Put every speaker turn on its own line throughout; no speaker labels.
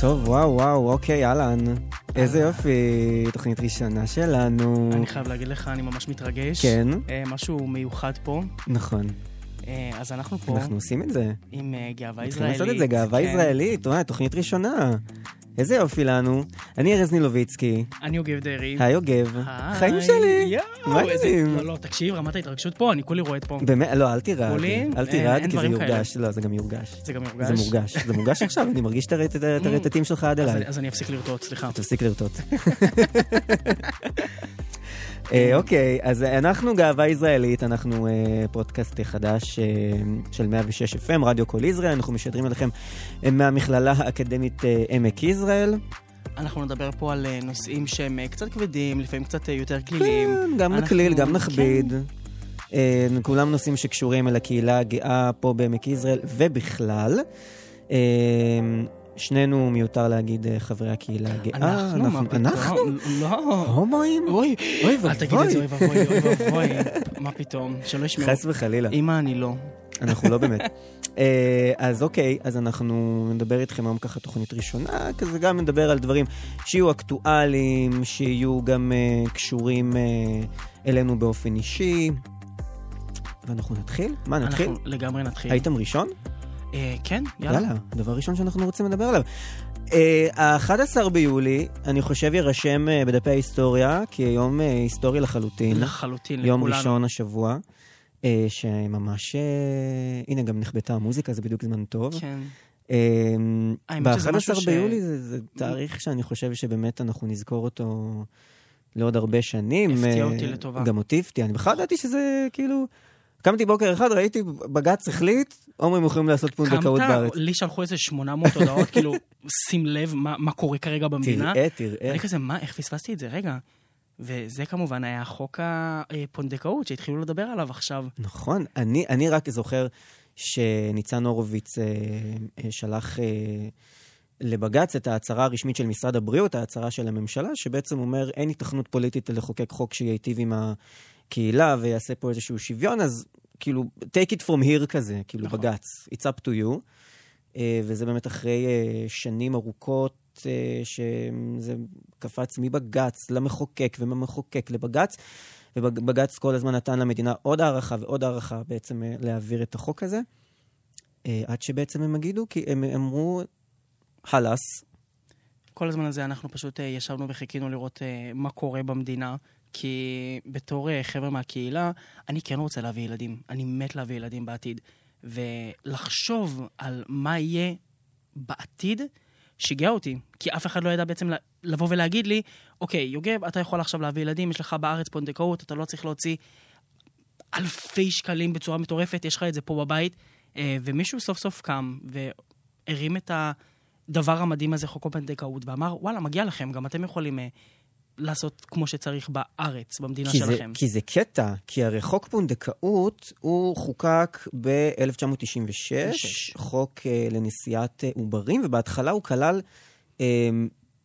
טוב, וואו, וואו, אוקיי, אהלן. איזה יופי, תוכנית ראשונה שלנו.
אה. אני חייב להגיד לך, אני ממש מתרגש.
Mm. כן,
אה, משהו מיוחד פה.
נכון.
אה, אז אנחנו פה
אנחנו עושים את זה.
עם אה, גאווה
צריכים
ישראלית.
לעשות את זה, גאווה
כן.
ישראלית. וואי, תוכנית ראשונה. איזה יופי לנו. אני ארז נילוביצקי,
אני יוגב דרעי.
היי יוגב.
היי.
חיים שלי.
יואו,
מה
איזה-
קדימים?
לא, לא, תקשיב, רמת ההתרגשות פה, אני כולי רועד פה.
באמת, לא, אל תירד.
עולים?
אל
אין-
תירד,
אין
כי זה
דברים
יורגש. לא, זה גם יורגש.
זה גם מורגש.
זה מורגש. זה מורגש עכשיו, אני מרגיש את הרטט- את הרטטים שלך עד
אז
אליי.
אני- אז אני אפסיק לרטוט, סליחה.
תפסיק לרטוט. אה, אוקיי, אז אנחנו גאווה ישראלית, אנחנו אה, פודקאסט חדש אה, של 106 FM, רדיו כל ישראל, אנחנו משדרים אליכם אה, מהמכללה האקדמית אה, עמק יזרעאל.
אנחנו נדבר פה על אה, נושאים שהם אה, קצת כבדים, לפעמים קצת אה, יותר כלילים.
גם
אנחנו-
נקליל, גם
כן.
נכביד. אה, כולם נושאים שקשורים אל הקהילה הגאה פה בעמק יזרעאל ובכלל. אה, שנינו, מיותר להגיד, אה, חברי הקהילה הגאה.
אנחנו, מה פתאום?
אנחנו?
לא.
הומואים?
אוי,
אוי
אל תגיד את זה,
ואבוי.
אוי ואבוי, אוי ואבוי. מה פתאום? שלא ישמעו.
חס וחלילה.
אמא, אני לא.
אנחנו לא באמת. אה, אז אוקיי, אז אנחנו נדבר איתכם היום ככה תוכנית ראשונה, כזה גם נדבר על דברים שיהיו אקטואליים, שיהיו גם אה, קשורים אה, אלינו באופן אישי. ואנחנו נתחיל? מה, נתחיל?
אנחנו לגמרי נתחיל.
הייתם ראשון?
אה, כן, יאללה.
יאללה, הדבר הראשון שאנחנו רוצים לדבר עליו. אה, ה-11 ביולי, אני חושב, יירשם אה, בדפי ההיסטוריה, כי יום אה, היסטורי לחלוטין.
נכון. לחלוטין, לכולנו.
יום ראשון השבוע, אה, שממש... אה, הנה, גם נחבטה המוזיקה, זה בדיוק זמן טוב.
כן.
אה,
האמת שזה משהו
ב-11
ש-
ביולי זה, זה תאריך שאני חושב שבאמת אנחנו נזכור אותו לעוד הרבה שנים. אה,
הפתיע אותי לטובה.
גם אותי הפתיע. אני בכלל ידעתי שזה כאילו... קמתי בוקר אחד, ראיתי, בג"ץ החליט, הומואים יכולים לעשות פונדקאות בארץ.
קמת, לי שלחו איזה 800 הודעות, כאילו, שים לב מה מה קורה כרגע במדינה.
תראה, אה. תראה.
אני כזה, מה, איך פספסתי את זה? רגע. וזה כמובן היה חוק הפונדקאות שהתחילו לדבר עליו עכשיו.
נכון, אני, אני רק זוכר שניצן הורוביץ אה, אה, שלח אה, לבג"ץ את ההצהרה הרשמית של משרד הבריאות, ההצהרה של הממשלה, שבעצם אומר אין היתכנות פוליטית לחוקק חוק שייטיב עם הקהילה ויעשה פה איזשהו שוויון, אז כאילו, take it from here כזה, כאילו
נכון.
בג"ץ, it's up to you. אה, וזה באמת אחרי אה, שנים ארוכות. אה, שזה קפץ מבג"ץ למחוקק ומהמחוקק לבג"ץ, ובג"ץ כל הזמן נתן למדינה עוד הערכה ועוד הערכה בעצם אה, להעביר את החוק הזה, אה, עד שבעצם הם הגידו, כי הם אמרו, חלאס,
כל הזמן הזה אנחנו פשוט אה, ישבנו וחיכינו לראות אה, מה קורה במדינה, כי בתור אה, חבר'ה מהקהילה, אני כן רוצה להביא ילדים. אני מת להביא ילדים בעתיד. ולחשוב על מה יהיה בעתיד, שיגע אותי. כי אף אחד לא ידע בעצם ל- לבוא ולהגיד לי, אוקיי, יוגב, אתה יכול עכשיו להביא ילדים, יש לך בארץ פונדקאות, אתה לא צריך להוציא אלפי שקלים בצורה מטורפת, יש לך את זה פה בבית. אה, ומישהו סוף סוף קם והרים את הדבר המדהים הזה, חוק הפונדקאות, ואמר, וואלה, מגיע לכם, גם אתם יכולים אה, לעשות כמו שצריך בארץ, במדינה
כי זה,
שלכם.
כי זה קטע, כי הרי חוק פונדקאות הוא חוקק ב-1996,
שש.
חוק אה, לנשיאת אה, עוברים, ובהתחלה הוא כלל אה,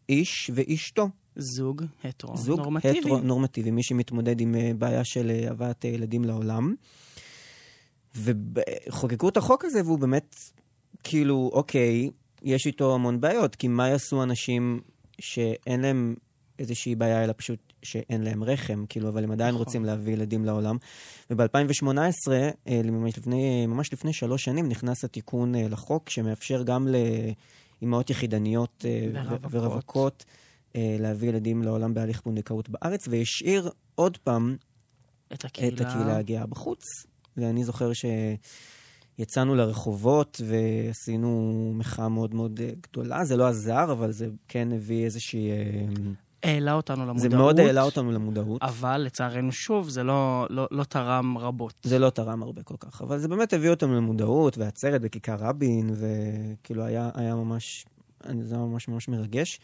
איש ואשתו.
זוג הטרו
זוג
נורמטיבי.
הטרו נורמטיבי, מי שמתמודד עם אה, בעיה של אה, הבאת אה, ילדים לעולם. וחוקקו את החוק הזה, והוא באמת, כאילו, אוקיי, יש איתו המון בעיות, כי מה יעשו אנשים שאין להם איזושהי בעיה, אלא פשוט שאין להם רחם, כאילו, אבל הם עדיין
נכון.
רוצים להביא ילדים לעולם. וב-2018, ממש לפני, ממש לפני שלוש שנים, נכנס התיקון אה, לחוק, שמאפשר גם לאימהות יחידניות אה, ו-
ורווקות.
ורווקות אה, להביא ילדים לעולם בהליך פונדקאות בארץ, והשאיר עוד פעם
את הקהילה.
את הקהילה הגאה בחוץ. ואני זוכר שיצאנו לרחובות ועשינו מחאה מאוד מאוד אה, גדולה. זה לא עזר, אבל זה כן הביא איזושהי... אה,
העלה אותנו למודעות.
זה מאוד העלה אותנו למודעות.
אבל לצערנו, שוב, זה לא, לא, לא תרם רבות.
זה לא תרם הרבה כל כך, אבל זה באמת הביא אותנו למודעות, והעצרת בכיכר רבין, וכאילו היה, היה ממש, זה היה ממש ממש מרגש.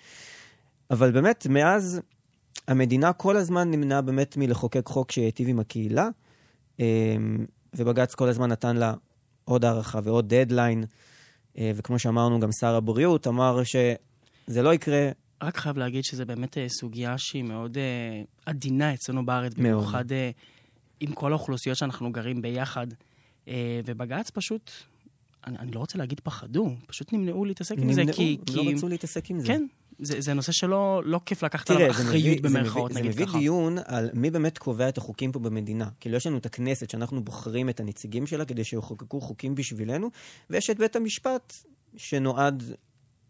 אבל באמת, מאז המדינה כל הזמן נמנעה באמת מלחוקק חוק שייטיב עם הקהילה, אמ, ובג"ץ כל הזמן נתן לה עוד הערכה ועוד דדליין, אה, וכמו שאמרנו, גם שר הבריאות אמר שזה לא יקרה,
רק חייב להגיד שזה באמת אה, סוגיה שהיא מאוד אה, עדינה אצלנו בארץ,
מאוד.
במיוחד אה, עם כל האוכלוסיות שאנחנו גרים ביחד. אה, ובג"ץ פשוט אני, אני לא רוצה להגיד פחדו, פשוט נמנעו להתעסק עם זה, כי...
לא
כי...
רצו להתעסק עם זה.
כן, זה, זה נושא שלא לא כיף לקחת עליו
תראה, זה
אחריות
מביא- זה
במרכאות,
מביא-
נגיד ככה.
זה מביא דיון על מי באמת קובע את החוקים פה במדינה. כאילו, יש לנו את הכנסת שאנחנו בוחרים את הנציגים שלה כדי שיחוקקו חוקים בשבילנו, ויש את בית המשפט שנועד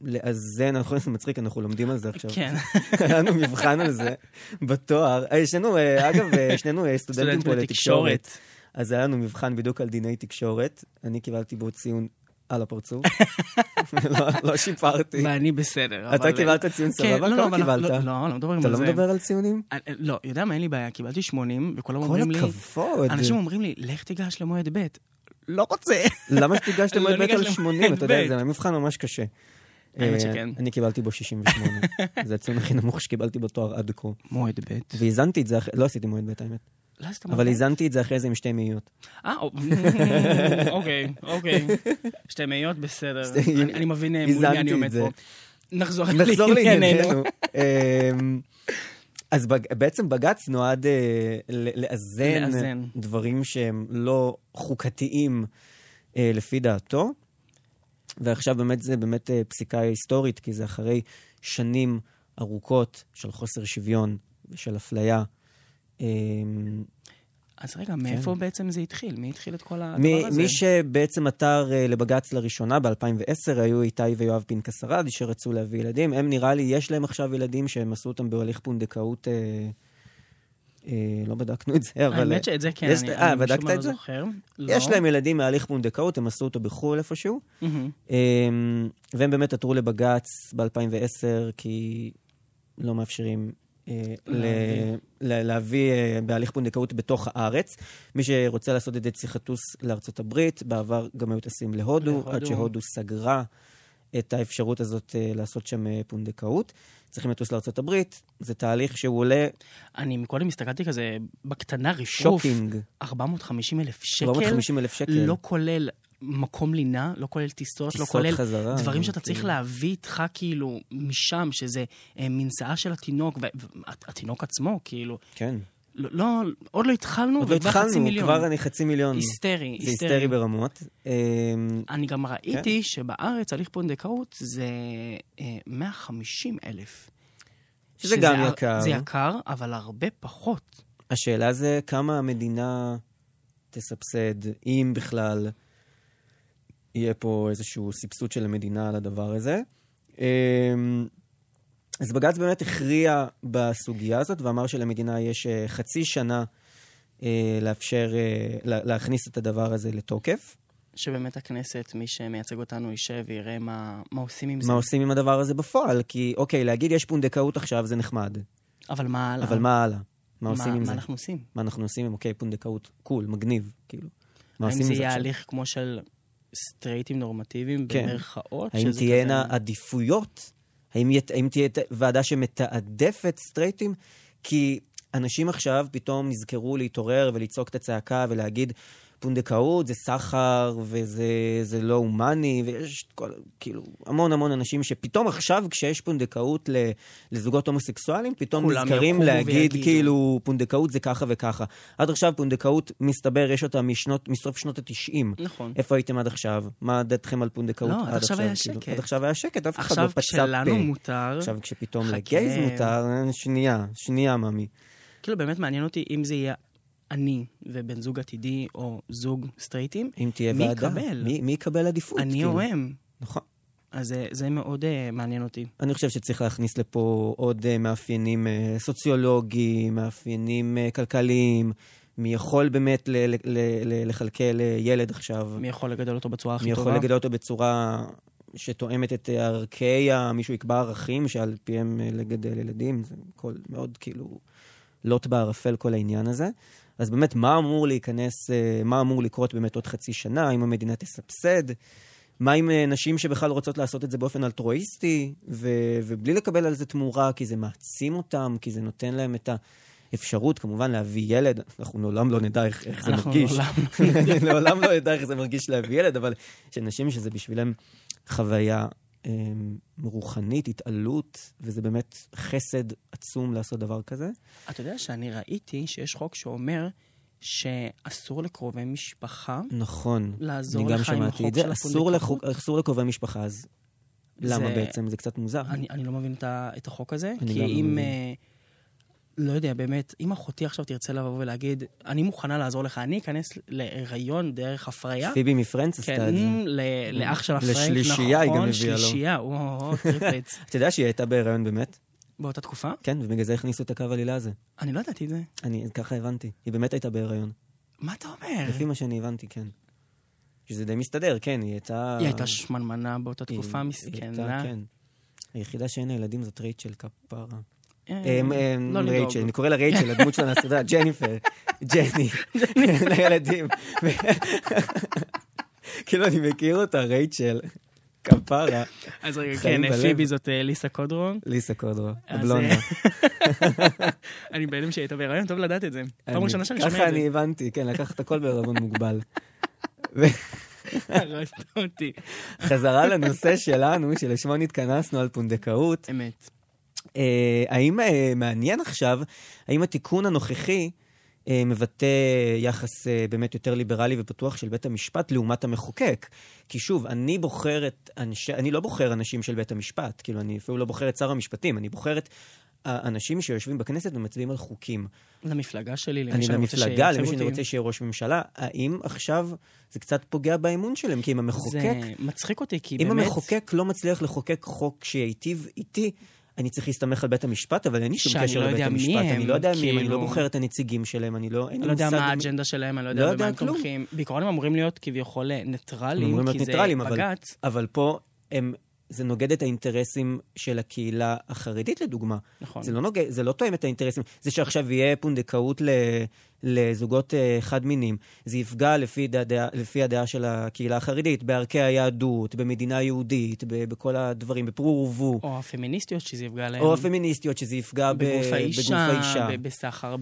לאזן, אנחנו זה מצחיק, אנחנו לומדים על זה עכשיו.
כן,
היה לנו מבחן על זה בתואר. אה, שנינו, אה, אגב, אה, שנינו אה, סטודנטים פה לתקשורת. אז היה לנו מבחן בדיוק על דיני תקשורת. אני קיבלתי בו ציון על הפרצוף. לא- לא שיפרתי.
ואני בסדר.
אתה
אבל-
קיבלת ציון
כן,
סבבה?
לא, לא,
כמה
אבל אנחנו-
קיבלת?
לא, לא, לא מדברים
אתה
על
לא
זה.
מדבר על ציונים?
אני- לא, יודע מה, אין לי בעיה, קיבלתי 80, וכולם
כל
אומרים לי...
הכבוד.
אנשים אומרים לי, לך תיגש למועד ב'. לא רוצה.
למה שתיגשת
לא
למועד ב'
ניגש
על
למועד
80? אתה יודע,
ב'.
זה היה מבחן ממש קשה.
האמת
אה,
שכן.
אני קיבלתי בו 68. זה הציון הכי נמוך שקיבלתי בתואר עד כה.
מועד ב'.
והזנתי את זה, אחרי- לא עשיתי מועד ב' האמת,
לא, אז אתה
אבל
מודה.
הזנתי את זה אחרי זה עם שתי מאיות.
אה, או- אוקיי, אוקיי. שתי מאיות, בסדר.
שתי-
אני- אני מבין אה, מול מי
הזנתי
אני
את
עומד
זה.
פה. נחזור
נחזור
לענייננו.
לענייננו. אמ, אז בג- בעצם בג"ץ נועד אה, ל- לאזן
לאזן.
דברים שהם לא חוקתיים אה, לפי דעתו, ועכשיו באמת זה באמת אה, פסיקה היסטורית, כי זה אחרי שנים ארוכות של חוסר שוויון ושל אפליה. אמ,
אז רגע, מאיפה בעצם זה התחיל? מי התחיל את כל הדבר
כן. מי,
הזה?
מי שבעצם עתר אה, לבג"ץ לראשונה ב-2010 היו איתי ויואב פנקס ארד, שרצו להביא ילדים. הם נראה לי, יש להם עכשיו ילדים שהם עשו אותם בהליך פונדקאות, אה, אה, לא בדקנו את זה, אבל...
האמת שאת זה כן,
יש-
אני-
אה,
אני
בדקת
משום מה
את
לא
זה?
זוכר. לא.
יש להם ילדים מהליך פונדקאות, הם עשו אותו בחו"ל איפשהו.
מהמם.
אה, והם באמת עתרו לבג"ץ ב-2010 כי לא מאפשרים אה, ל-
להביא.
ל- להביא אה, בהליך פונדקאות בתוך הארץ. מי שרוצה לעשות את זה צריך לטוס לארצות הברית, בעבר גם היו טסים להודו,
להודו.
עד שהודו סגרה את האפשרות הזאת אה, לעשות שם אה, פונדקאות. צריכים לטוס לארצות הברית, זה תהליך שהוא עולה
אני מקודם הסתכלתי כזה בקטנה רפרוף.
שוקינג,
450 אלף שקל,
450 אלף שקל.
לא כולל מקום לינה, לא כולל טיסות, לא
כן. טיסות
כולל
חזרה,
דברים שאתה
כאילו.
צריך להביא איתך כאילו משם, שזה אה, מנשאה של התינוק, והתינוק עצמו, כאילו,
כן.
לא- לא, עוד לא התחלנו,
עוד לא
וכבר חצי
התחלנו,
מיליון.
כבר אני חצי מיליון.
היסטרי,
זה היסטרי
היסטרי.
ברמות. אה,
אני גם ראיתי שבארץ הליך פונדקאות זה אה, 150 אלף.
שזה גם
הר-
יקר.
זה יקר, אבל הרבה פחות.
השאלה זה כמה המדינה תסבסד, אם בכלל יהיה פה איזשהו סבסוד של המדינה על הדבר הזה. אמ, אז בג"ץ באמת הכריע בסוגיה הזאת ואמר שלמדינה יש אה, חצי שנה אה, לאפשר, אה, לה- להכניס את הדבר הזה לתוקף.
שבאמת הכנסת, מי שמייצג אותנו, יישב ויראה מה, מה עושים עם זה.
מה עושים עם הדבר הזה בפועל? כי אוקיי, להגיד יש פונדקאות עכשיו זה נחמד,
אבל מה הלאה?
אבל מה הלאה? אה. מה עושים עם
מה
זה?
אנחנו עושים?
מה אנחנו עושים עם אוקיי, פונדקאות, קול, מגניב, כאילו. מה
האם
עושים עם
זה
זה
יהיה
עכשיו?
הליך כמו של סטרייטים נורמטיביים,
כן.
במרכאות?
האם
שזה
תהיינה
כזה-
עדיפויות? האם, ית, האם תהיה ת- ועדה שמתעדפת סטרייטים? כי אנשים עכשיו פתאום נזכרו להתעורר ולצעוק את הצעקה ולהגיד, פונדקאות זה סחר וזה זה לא הומני, ויש כל, כאילו המון המון אנשים שפתאום עכשיו כשיש פונדקאות ל- לזוגות הומוסקסואלים, פתאום
כולם
נזכרים
יקומו
להגיד
ויגידו.
כאילו פונדקאות זה ככה וככה. עד עכשיו פונדקאות, מסתבר, יש אותה משנות, מסוף שנות התשעים.
נכון.
איפה הייתם עד עכשיו? מה דעתכם על פונדקאות
לא,
עד
עד
עכשיו?
עכשיו היה
כאילו?
שקט.
עד עכשיו היה שקט, אף אחד לא
עכשיו
פצע פה.
כשלנו מותר,
עכשיו כשפתאום
חכה.
לגייז מותר, אה, שנייה, שנייה, ממי.
כאילו באמת מעניין אותי אם זה יהיה אני ובן זוג עתידי, או זוג סטרייטים,
אם תהיה
מי
ועדה.
יקבל?
מי, מי יקבל עדיפות?
אני
כאילו?
או הם.
נכון.
אז זה- זה מאוד אה, מעניין אותי.
אני חושב שצריך להכניס לפה עוד אה, מאפיינים אה, סוציולוגיים, מאפיינים אה, כלכליים, מי יכול באמת ל- ל- ל- ל- לכלכל אה, ילד עכשיו.
מי יכול לגדל אותו בצורה
אני
הכי
יכול
טובה?
לגדל אותו בצורה שתואמת את ערכי, ה- מישהו יקבע ערכים שעל פיהם אה, לגדל ילדים, זה הכל מאוד כאילו לוט בערפל כל העניין הזה. אז באמת, מה אמור להיכנס, אה, מה אמור לקרות באמת עוד חצי שנה, האם המדינה תסבסד? מה עם אה, נשים שבכלל רוצות לעשות את זה באופן אלטרואיסטי, ו- ובלי לקבל על זה תמורה, כי זה מעצים אותם, כי זה נותן להם את האפשרות, כמובן, להביא ילד. אנחנו לעולם לא נדע איך, איך זה
אנחנו
מרגיש.
לעולם
לעולם לא אדע איך זה מרגיש להביא ילד, אבל שנשים שזה בשבילם חוויה אמ, רוחנית, התעלות, וזה באמת חסד עצום לעשות דבר כזה.
אתה יודע שאני ראיתי שיש חוק שאומר שאסור לקרובי משפחה
נכון. אני
לעזור
גם
לך עם
שמעתי את
החוק
זה.
של
אסור
הפונדקאות.
לחוק- אסור לקרובי משפחה, אז למה
זה-
בעצם? זה קצת מוזר.
אני, אני לא מבין את, ה, את החוק הזה,
אני
כי
גם לא
אם...
מבין.
אה, לא יודע, באמת, אם אחותי עכשיו תרצה לבוא ולהגיד, אני מוכנה לעזור לך, אני אכנס להיריון דרך הפריה.
פיבי מפרנץ עשתה את זה.
כן, ל- לאח שלה פרנק, נכון,
לשלישייה היא גם הביאה לו.
שלישייה, וואו, טריפלץ.
אתה יודע שהיא הייתה בהיריון באמת?
באותה תקופה?
כן, ובגלל זה הכניסו את הקו עלילה הזה.
אני לא ידעתי את זה.
אני ככה הבנתי. היא באמת הייתה בהיריון.
מה אתה אומר?
לפי מה שאני הבנתי, כן. שזה די מסתדר, כן, היא הייתה...
היא הייתה שמנמנה באותה
היא-
תקופה,
היא
מסכנה.
הייתה, כן. היחידה שאין לה ילדים זאת רייצ'ל כפרה.
אה,
אמ, אמ,
לא לדאוג.
רייצ'ל, אני קורא לה רייצ'ל, הדמות שלה מהסרטה, ג'ניפר, ג'ני, לילדים. כאילו, אני מכיר אותה, רייצ'ל, כפרה,
אז רגע, כן,
חיים בלב.
פיבי זאת אה, ליסה קודרון.
ליסה קודרו,
אז,
הבלונדה.
אני בהלם שהיא הייתה בהיריון, טוב לדעת את זה. פעם
אני-
ראשונה שאני שומע
ככה
את זה.
אני הבנתי, כן, לקח את הכל בערבון מוגבל. ו-
הרסת אותי.
חזרה לנושא שלנו, שלשמו נתכנסנו על פונדקאות.
אמת.
אה, האם אה, מעניין עכשיו, האם התיקון הנוכחי אה, מבטא יחס אה, באמת יותר ליברלי ופתוח של בית המשפט לעומת המחוקק? כי שוב, אני בוחר את אנשי, אני לא בוחר אנשים של בית המשפט, כאילו, אני אפילו לא בוחר את שר המשפטים, אני בוחר את... האנשים שיושבים בכנסת ומצביעים על חוקים.
למפלגה שלי, למי
אני
שאני רוצה
למפלגה,
שייצג
למי שאני
אותי.
רוצה שיהיה ראש ממשלה, האם עכשיו זה קצת פוגע באמון שלהם? כי אם המחוקק
זה מצחיק אותי, כי
אם
באמת...
המחוקק לא מצליח לחוקק חוק שייטיב איתי, אני צריך להסתמך על בית המשפט, אבל אין לי שום
שאני
קשר
לא
לבית
יודע מי
המשפט.
הם,
אני לא יודע מי הם, אני לא
כאילו.
בוחר את הנציגים שלהם, אני לא... אין לי
אני לא יודע
מושג
מה
מי-
האג'נדה שלהם, אני לא
לא
יודע
יודע
במה הם
כלום.
תומכים. בעיקרון הם אמורים להיות כביכול
הם אמורים
ניטרלים,
להיות
כי זה
ניטרלים, אבל-
בג"ץ.
אבל פה הם... זה נוגד את האינטרסים של הקהילה החרדית, לדוגמה.
נכון.
זה לא, נוגד, זה לא תואם את האינטרסים. זה שעכשיו יהיה פונדקאות ל, לזוגות אה, חד-מיניים, זה יפגע לפי, דעה, לפי הדעה של הקהילה החרדית, בערכי היהדות, במדינה היהודית, ב, בכל הדברים, בפרו ורבו.
או הפמיניסטיות שזה יפגע להם.
או הפמיניסטיות, שזה יפגע ב-
כן. בגוף האישה,
בגוף האישה.
ב- בסחר, ב-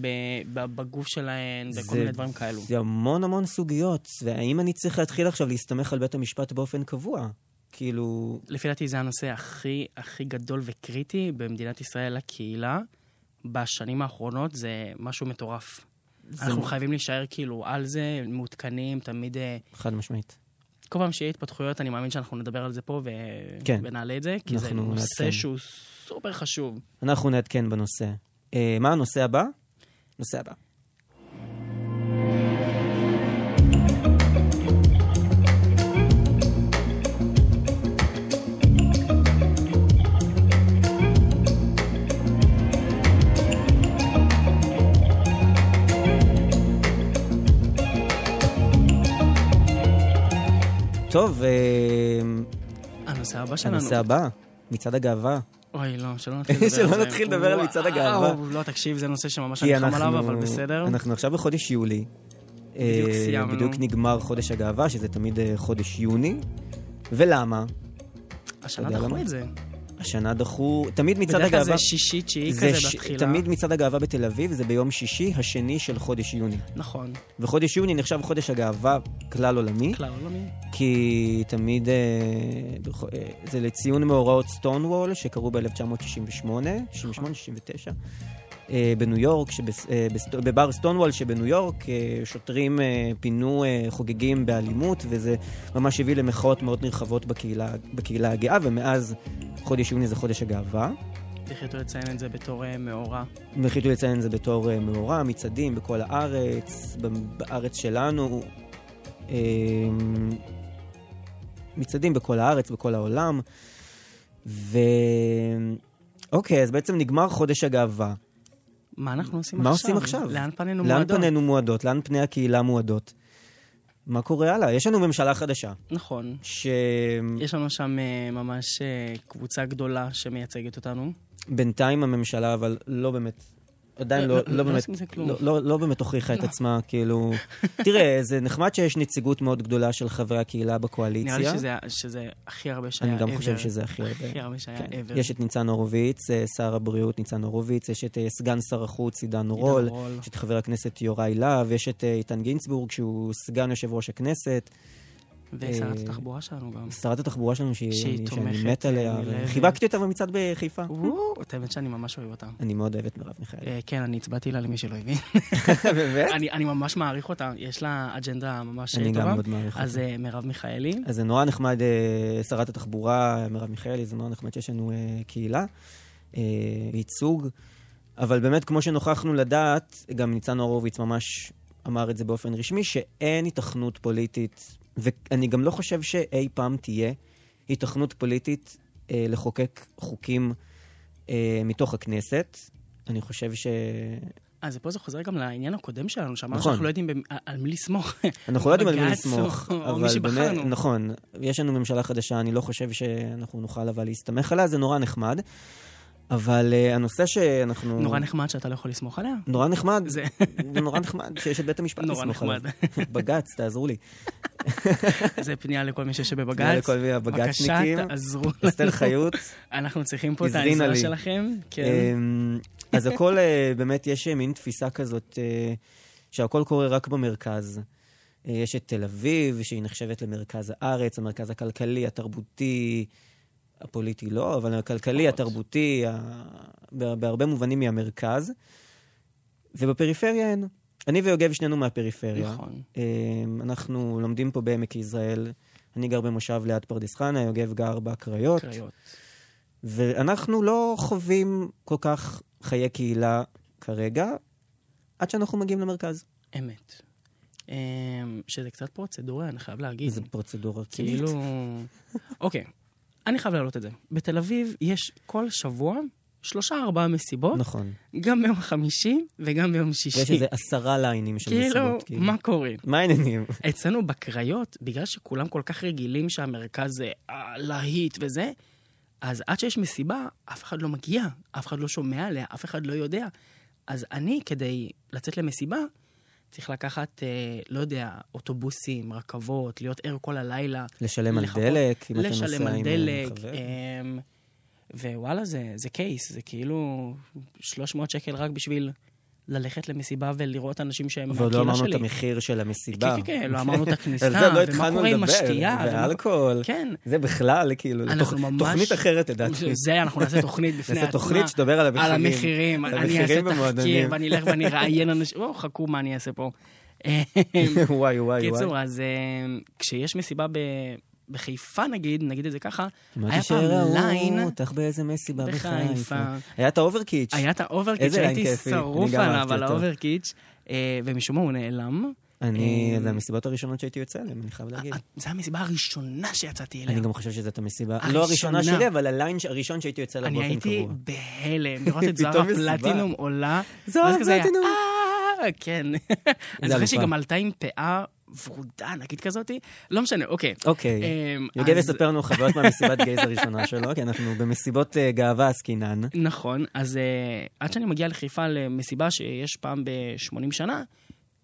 ב- בגוף שלהן, בכל
זה-
מיני דברים כאלו.
זה המון המון סוגיות, והאם אני צריך להתחיל עכשיו להסתמך על בית המשפט באופן קבוע? כאילו,
לפי דעתי זה הנושא הכי הכי גדול וקריטי במדינת ישראל לקהילה. בשנים האחרונות זה משהו מטורף.
זה
אנחנו חייבים להישאר כאילו על זה, מעודכנים, תמיד... אה,
חד משמעית.
כל פעם שיהיה התפתחויות, אני מאמין שאנחנו נדבר על זה פה ו...
כן.
ונעלה את זה, כי זה
אנחנו
נושא
נעדכן.
שהוא סופר חשוב.
אנחנו נעדכן בנושא. אה, מה הנושא הבא? נושא הבא. טוב, אה,
הנושא הבא שלנו.
הנושא הבא, מצעד הגאווה.
אוי, לא, שלא נתחיל לדבר על זה.
שלא נתחיל לדבר על
וואו,
מצעד הגאווה.
לא, תקשיב, זה נושא שממש
כי
אני חם
אנחנו-
עליו, אבל בסדר.
אנחנו עכשיו בחודש יולי.
בדיוק
אה,
סיימנו.
בדיוק נגמר חודש הגאווה, שזה תמיד אה, חודש יוני. ולמה?
השנה
אתה יודע
דחו
למה?
את זה.
השנה דחו, תמיד מצעד
בדרך כלל
הגאווה...
זה שישי, תשיעי
זה
כזה
ש-
בתחילה.
תמיד מצעד הגאווה בתל אביב, זה ביום שישי השני של חודש יוני.
נכון,
וחודש יוני נחשב חודש הגאווה כלל עולמי,
כלל עולמי.
כי תמיד... אה, בח- אה, זה לציון מאורעות סטון וול, שקרו ב-1968, 68, 69. אה, בניו יורק, שבס, אה, בסט, בבר סטונוול שבניו יורק, אה, שוטרים אה, פינו אה, חוגגים באלימות, וזה ממש הביא למחאות מאוד נרחבות בקהילה, בקהילה הגאה, ומאז חודש יוני זה חודש הגאווה.
החליטו לציין את זה בתור אה, מאורע.
הם החליטו לציין את זה בתור אה, מאורע, מצעדים בכל הארץ, ב- בארץ שלנו. אה, מצעדים בכל הארץ, בכל העולם. ו... אוקיי, אז בעצם נגמר חודש הגאווה.
מה אנחנו עושים עכשיו?
מה עושים עכשיו?
לאן פנינו
לאן
מועדות?
פנינו מועדות? לאן פני הקהילה מועדות? מה קורה הלאה? יש לנו ממשלה חדשה,
נכון.
שבינתיים
יש לנו שם אה, ממש אה, קבוצה גדולה שמייצגת אותנו.
הממשלה, אבל לא באמת, עדיין
לא-
לא,
לא
לא באמת,
עושים עם זה כלום.
לא- לא לא באמת הוכיחה את עצמה, כאילו... תראה, זה נחמד שיש נציגות מאוד גדולה של חברי הקהילה בקואליציה.
נראה לי שזה- שזה הכי הרבה שהיה
אני
ever.
גם חושב שזה הכי הרבה.
הכי הרבה שהיה
כן.
ever.
יש את ניצן הורוביץ, אה, שר הבריאות ניצן הורוביץ, יש את אה, סגן שר החוץ עידן רול,
רול.
יש את חבר הכנסת יוראי להב, יש את אה, איתן גינצבורג, שהוא סגן יושב ראש הכנסת.
ושרת התחבורה שלנו גם.
שרת התחבורה שלנו, שהיא-
שהיא
אני-
תומכת,
שאני מת עליה,
אני אוהבת.
חיבקתי אותה במצעד בחיפה.
וואו, את האמת שאני ממש אוהב אותה.
אני מאוד אוהב את מרב מיכאלי.
אה, כן, אני הצבעתי לה למי שלא הבין. כן.
באמת?
אני אני ממש מעריך אותה, יש לה אג'נדה ממש
אני גם
טובה.
מאוד מעריך אותה.
אז אה, מרב מיכאלי.
אז זה נורא נחמד, אה, שרת התחבורה, מרב מיכאלי, זה נורא נחמד שיש לנו אה, קהילה, אה, ייצוג. אבל באמת, כמו שנוכחנו לדעת, גם ניצן הורוביץ ממש אמר את זה באופן רשמי, שאין היתכנות פוליטית, ואני גם לא חושב שאי פעם תהיה היתכנות פוליטית אה, לחוקק חוקים אה, מתוך הכנסת. אני חושב ש...
אז פה זה חוזר גם לעניין הקודם שלנו, שאמרנו
נכון.
שאנחנו לא יודעים במ- על- על מי לסמוך.
אנחנו לא יודעים על מי
בג"ץ או-
לסמוך.
או מי
אבל
שבחרנו.
באמת- נכון. יש לנו ממשלה חדשה, אני לא חושב שאנחנו נוכל אבל להסתמך עליה, זה נורא נחמד. אבל אה, הנושא שאנחנו...
נורא נחמד שאתה לא יכול לסמוך עליה.
נורא נחמד.
זה-
זה נורא נחמד שיש את בית המשפט
נורא
לסמוך עליו.
נחמד.
בג"ץ, תעזרו לי.
זה פנייה לכל מי שיושב
תודה
בבג"ץ.
לכל מיני הבג"צניקים.
בבקשה, תעזרו
אסתר
לנו.
חיות.
אנחנו צריכים פה את
הזרינה
העזרה
לי.
שלכם. כן.
אמ, אז הכל, אה, באמת, יש אה, מין תפיסה כזאת אה, שהכל קורה רק במרכז. אה, יש את תל אביב, שהיא נחשבת למרכז הארץ, המרכז הכלכלי, התרבותי, הפוליטי לא, אבל הכלכלי,
פחות.
התרבותי, ה- בה- בהרבה מובנים היא המרכז. ובפריפריה אין. אני ויוגב שנינו מהפריפריה.
נכון.
אמ, אנחנו לומדים פה בעמק יזרעאל. אני גר במושב ליד פרדס חנה, יוגב גר בקריות.
קריות.
ואנחנו לא חווים כל כך חיי קהילה כרגע, עד שאנחנו מגיעים למרכז.
אמת. אמ, שזה קצת פרוצדורה, אני חייב להגיד.
איזו פרוצדורה רצינית.
כאילו... אוקיי, אני חייב להעלות את זה. בתל אביב יש כל שבוע שלושה ארבעה מסיבות,
נכון.
גם ביום חמישי וגם ביום
ויש
שישי.
איזה עשרה ליינים של
כאילו,
מסיבות.
מה קורה?
מה העניינים?
אצלנו בקריות, בגלל שכולם כל כך רגילים שהמרכז זה הלהיט וזה, אז עד שיש מסיבה, אף אחד לא מגיע, אף אחד לא שומע עליה, אף אחד לא יודע. אז אני, כדי לצאת למסיבה, צריך לקחת, אה, לא יודע, אוטובוסים, רכבות, להיות ער כל הלילה,
לשלם על
לחכות-
דלק, אם אתה נוסע עם
לשלם על
אה,
דלק,
חבר.
אמ, ווואלה, זה, זה קייס, זה כאילו 300 שקל רק בשביל ללכת למסיבה ולראות אנשים שהם מהקהילה שלי.
ועוד לא אמרנו את המחיר של המסיבה.
כן, כן, כן, לא אמרנו את הכניסה,
על זה עוד לא
ומה
התחלנו
קורה עם
לדבר,
השתייה, ומה-
ואלכוהול.
כן.
זה בכלל, כאילו,
אנחנו
לתוכ-
ממש-
תוכנית אחרת, לדעתי.
זה, אנחנו נעשה תוכנית בפני עצמה.
נעשה תוכנית שתדבר על המחירים.
על המחירים,
על
אני אעשה
המחירים
תחקיר,
במועדונים.
ואני אלך ואני אראיין אנשים, או, חכו מה אני אעשה פה. אמ,
וואי, וואי, וואי.
קיצור, אז אה, קיצור, כשיש מסיבה ב- בחיפה נגיד, נגיד את זה ככה,
אמרתי
היה פעם
שראו
ליין
אותך באיזה מסיבה
בחיפה.
בחיפה. היה את האוברקיץ'.
היה את האוברקיץ'
איזה ליין
שהייתי
כיפי,
שרוף
אני גם
עליו,
אהבתי
על
אותו.
האוברקיץ', אה, ומשום מה הוא נעלם.
אני,
אמ,
זה המסיבות הראשונות שהייתי יוצא אליהן, אני חייב להגיד.
אה, זו המסיבה הראשונה שיצאתי אליה.
אני גם חושב שזאת המסיבה,
הראשונה.
לא הראשונה שלי, אבל הליין ש- הראשון שהייתי יוצא אליו
אני
באופן
הייתי
קבוע.
בהלם, לראות את זוהר
פתאום מסיבה.
הפלטינום עולה.
זוהר
ואז כזה היה,
הפלטינום.
"אה", כן. אני
אלופה.
זוכר שהיא גם עלתה עם פאה ורודה ענקית כזאתי. לא משנה, אוקיי.
אוקיי.
אמ,
יוגב
אז-
יספר לנו חוויות מהמסיבת גייז הראשונה שלו, כי אנחנו במסיבות אה, גאווה עסקינן.
נכון, אז אה, עד שאני מגיע לחיפה למסיבה שיש פעם ב-80 שנה,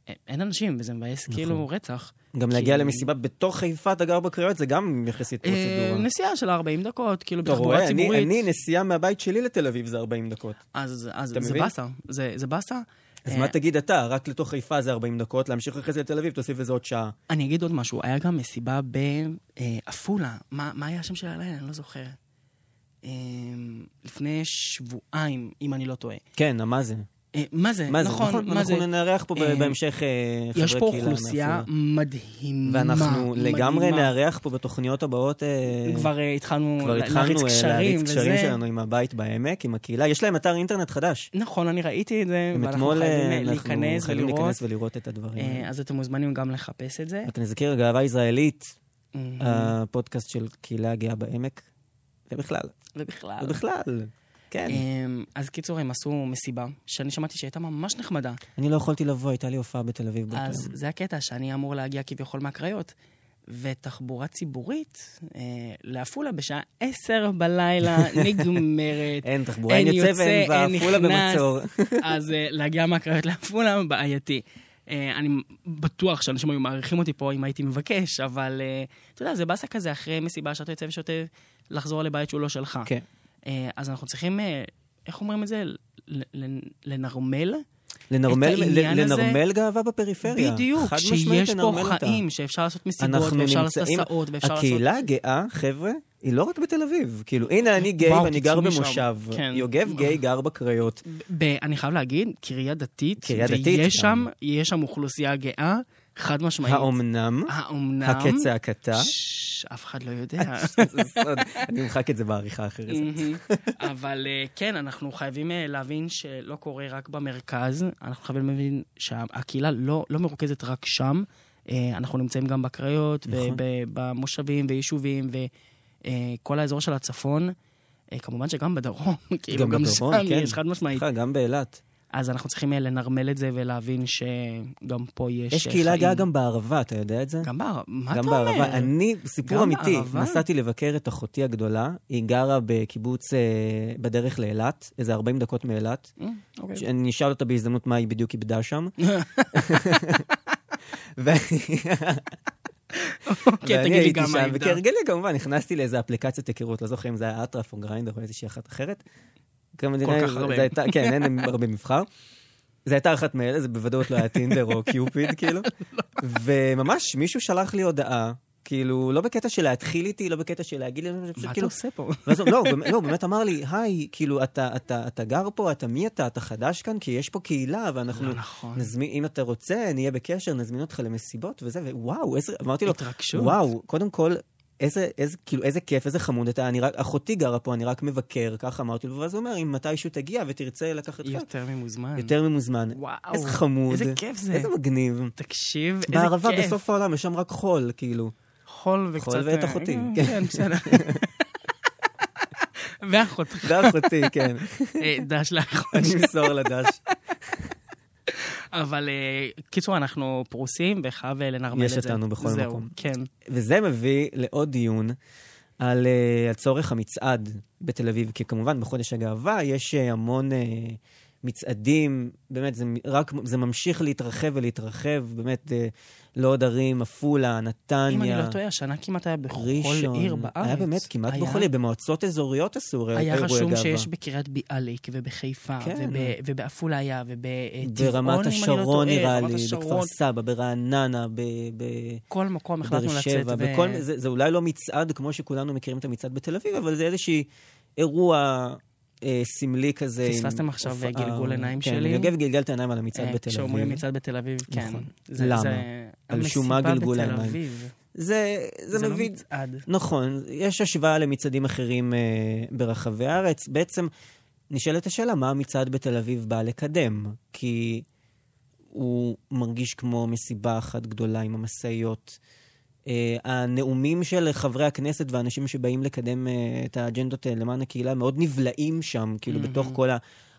אה, אין אנשים, וזה מבאס כאילו רצח.
נכון. גם
כי-
להגיע למסיבה בתוך חיפה, אתה גר בקריות, זה גם יחסית
אוקיי. אה,
פרוצדורה.
נסיעה של 40 דקות, כאילו
אתה
בתחבורה
רואה, אני-
ציבורית.
אני נסיעה מהבית שלי לתל אביב זה 40 דקות.
אז אז
אתה
זה
מבין?
באסה, זה זה באסה.
אז
אה,
מה תגיד אתה, רק לתוך חיפה זה 40 דקות, להמשיך אחרי זה לתל אביב, תוסיף איזה עוד שעה.
אני אגיד עוד משהו, היה גם מסיבה בעפולה. מה, מה היה השם של הלילה? אני לא זוכר. אה, לפני שבועיים, אם אני לא טועה.
כן, מה זה?
אה, מה זה?
מה זה?
נכון,
נכון,
מה זה?
אנחנו נארח פה ב-
אה,
בהמשך אה, חברי קהילה.
יש פה אוכלוסייה
מעפולה.
מדהימה.
ואנחנו לגמרי
מדהימה.
נארח פה בתוכניות הבאות. אה,
כבר אה, התחלנו
כבר
לה-
התחלנו
להריץ
אה,
קשרים
להריץ קשרים
וזה.
שלנו עם הבית בעמק, עם הקהילה. יש להם אתר אינטרנט חדש.
נכון, אני ראיתי את זה,
גם
ואנחנו
אתמול
חייבים
אה,
אה,
אנחנו
להיכנס
חייבים
ולראות.
להיכנס ולראות את הדברים.
אה,
האלה.
אז אתם מוזמנים גם לחפש את זה.
רק נזכיר, גאווה ישראלית,
אה,
הפודקאסט של קהילה הגאה בעמק. ובכלל,
ובכלל.
ובכלל, כן.
אה, אז קיצור, הם עשו מסיבה, שאני שמעתי שהייתה ממש נחמדה.
אני לא יכולתי לבוא, הייתה לי הופעה בתל אביב. באותו
אז
יום.
זה הקטע שאני אמור להגיע כביכול מהקריות. ותחבורה ציבורית אה, לעפולה בשעה עשר בלילה נגמרת.
אין תחבורה, אין יוצא ואין בא, עפולה במצור.
אז אה, להגיע מהקריות לעפולה בעייתי. אה, אני בטוח שאנשים היו מעריכים אותי פה אם הייתי מבקש, אבל אה, אתה יודע, זה באסה כזה אחרי מסיבה שאתה יוצא ושותה, לחזור לבית שהוא לא שלך.
כן.
אה, אז אנחנו צריכים, אה, איך אומרים את זה? ל- ל- לנרמל
לנרמל,
את העניין
ל-
הזה-
לנרמל גאווה בפריפריה.
בדיוק,
חד משמעית
שיש פה
לנרמל אותה.
חיים, שאפשר לעשות מסיבות,
אנחנו
ואפשר לעשות
נמצאים-
הסעות, ואפשר לעשות...
הקהילה הגאה, חבר'ה, היא לא רק בתל אביב. כאילו, הנה אני גיי
וואו,
ואני גר
תצאו משם.
במושב.
כן.
יוגב גיי גר בקריות.
ב- אני חייב להגיד, קריה דתית,
קריה דתית
ויש
גם.
שם, יש שם אוכלוסייה גאה, חד משמעית.
האומנם,
האומנם?
הקצעקתה.
ששש, אף אחד לא יודע.
זה סוד. אני אמחק את זה בעריכה אחרת.
מהמם. אבל אה, כן, אנחנו חייבים אה, להבין שלא קורה רק במרכז, אנחנו חייבים להבין שהקהילה לא, לא מרוכזת רק שם, אה, אנחנו נמצאים גם בקריות,
נכון.
ובמושבים ויישובים, וכל האזור של הצפון. אה, כמובן שגם בדרום, כאילו גם,
בדרום,
שם
כן.
יש חד משמעית.
בכלל, גם באילת.
אז אנחנו צריכים אה, לנרמל את זה ולהבין שגם פה יש
יש
אה,
קהילה
חיים.
גאה גם בערבה, אתה יודע את זה?
גם בערבה, מה
גם
אתה אומר?
בערבה. אני, סיפור
גם
אמיתי,
בערבה?
נסעתי לבקר את אחותי הגדולה, היא גרה בקיבוץ אה, בדרך לאילת, איזה 40 דקות מאילת.
אה, אוקיי.
אני אשאל אותה בהזדמנות מה היא בדיוק איבדה שם. ו-
אוקיי,
ואני
תגיד לי
הייתי
גם מה
שם, כאילו,
העמדה.
וכהרגלי כמובן נכנסתי לאיזה אפליקציית היכרות, לא זוכר אם זה היה אטרף או גריינדר או איזושהי אחת אחרת. כל
כך הרבה.
כן, אין הרבה מבחר. זה הייתה אחת מאלה, זה בוודאות לא היה טינדר או קיופיד, כאילו. וממש מישהו שלח לי הודעה, כאילו, לא בקטע של להתחיל איתי, לא בקטע של להגיד לי, משהו, פשוט
מה אתה
כאילו...
עושה פה?
ואז הוא- לא, הוא באמת- לא, הוא באמת אמר לי, היי, כאילו, אתה, אתה, אתה גר פה, אתה מי אתה, אתה חדש כאן, כי יש פה קהילה, ואנחנו
לא נכון.
נזמין, אם אתה רוצה, נהיה בקשר, נזמין אותך למסיבות וזה, ווואו, איזה, אמרתי לו,
התרגשות.
כאילו, וואו, קודם כל, איזה, איזה, כאילו, איזה כיף, איזה חמוד אתה, אני רק, אחותי גרה פה, אני רק מבקר, ככה אמרתי לו, ואז הוא אומר, אם מתישהו תגיע ותרצה לקחת חלק,
יותר ממוזמן.
יותר ממוזמן.
וואו.
איזה חמוד.
איזה כיף זה.
איזה מגניב.
תקשיב, איזה כיף.
בערבה, בסוף העולם, יש שם רק חול, כאילו.
חול וקצת...
חול ואת
אה,
אחותי,
אה,
כן.
כן, בסדר. ואחותך.
זה אחותי, כן.
אה, דש לאחות.
אני אמסור לדש.
אבל אה, קיצור, אנחנו פרוסים וחייב אה, לנרמל את
יש
זה.
אותנו בכל
זהו,
מקום.
כן.
וזה מביא לעוד דיון על, אה, על צורך המצעד בתל אביב, כי כמובן בחודש הגאווה יש אה, המון אה, מצעדים, באמת, זה, מ- רק, זה ממשיך להתרחב ולהתרחב, באמת, אה, לעוד ערים, עפולה, נתניה.
אם אני לא טועה, השנה כמעט היה בכל
ראשון,
עיר בארץ.
היה באמת כמעט
היה-
בכל עיר, במועצות אזוריות עשו אירועי
היה
גאווה.
רשום שיש בקריית ביאליק ובחיפה,
כן.
וב- ובעפולה היה, ובטבעון, אם אני
ברמת
לא
השרון
טועה,
נראה
רמת
לי,
השרון,
בכפר סבא, ברעננה, ב... ב...
כל מקום החלטנו
בבאר
לצאת.
שבע,
ו-
בכל, זה, זה אולי לא מצעד כמו שכולנו מכירים את המצעד בתל אביב, אבל זה איזשהי אירוע אה, סמלי כזה. עם
פספסתם עכשיו אה,
הופעה.
גלגול עיניים
כן,
שלי?
כן, יוגב גלגל את העיניים על המצעד
אה,
בתל אביב.
כשאומרים מצעד בתל אביב, כן.
נכון.
זה-
למה?
זה-
על שום מה
המסיבה
גלגול
בתל
העיניים.
אביב.
זה, זה,
זה לא
מביא...
מצעד.
נכון, יש השוואה למצעדים אחרים אה, ברחבי הארץ. בעצם, נשאלת השאלה מה המצעד בתל אביב בא לקדם, כי הוא מרגיש כמו מסיבה אחת גדולה עם המשאיות. אה, הנאומים של חברי הכנסת והאנשים שבאים לקדם אה, את האג'נדות אה, למען הקהילה מאוד נבלעים שם, כאילו,
מהמם.
בתוך כל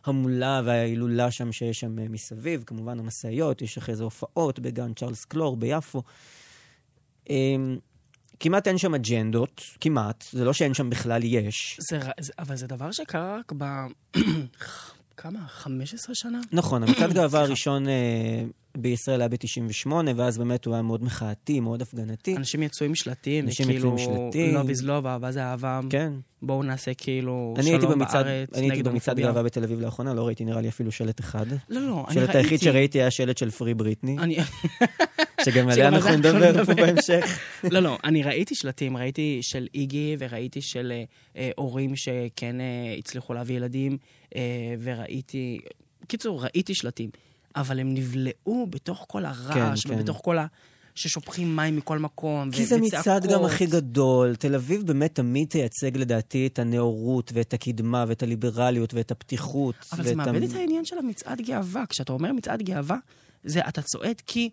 ההמולה וההילולה שם שיש שם אה, מסביב. כמובן, המשאיות, יש אחרי זה הופעות בגן צ'ארלס קלור ביפו. אה, כמעט אין שם אג'נדות, כמעט, זה לא שאין שם בכלל, יש.
זה ר- זה- אבל זה דבר שקרה רק ב... כמה? 15 שנה?
נכון, המצעד גאווה הראשון אה, בישראל היה ב-98, ואז באמת הוא היה מאוד מחאתי, מאוד הפגנתי.
אנשים יצאו עם שלטים,
אנשים
וכאילו,
יצאו עם שלטים.
לא בזלובה, ואז אהבם.
כן.
בואו נעשה כאילו
אני הייתי
שלום
במצעד,
בארץ,
אני הייתי
נגד
במצעד
הומופוביה.
גאווה בתל אביב לאחרונה, לא ראיתי נראה לי אפילו שלט אחד.
לא, לא, אני
השלט
ראיתי.
היחיד שראיתי היה שלט של פרי בריטני,
אני...
שגם עליה
שגם על
אנחנו
זה אנחנו
נדבר פה
נדבר.
בהמשך.
לא, לא, אני ראיתי שלטים, ראיתי של איגי וראיתי של אה, אה, הורים שכן אה, הצליחו להביא ילדים, אה, וראיתי... קיצור, ראיתי שלטים, אבל הם נבלעו בתוך כל הרעש,
כן, כן.
ובתוך כל ה... ששופכים מים מכל מקום,
כי
ו-
זה מצעד
וצעקות.
גם הכי גדול. תל אביב באמת תמיד תייצג לדעתי את הנאורות ואת הקדמה ואת הליברליות ואת הפתיחות.
אבל זה
ואת ה-
מאבד את העניין של המצעד גאווה. כשאתה אומר מצעד גאווה, זה אתה צועד כי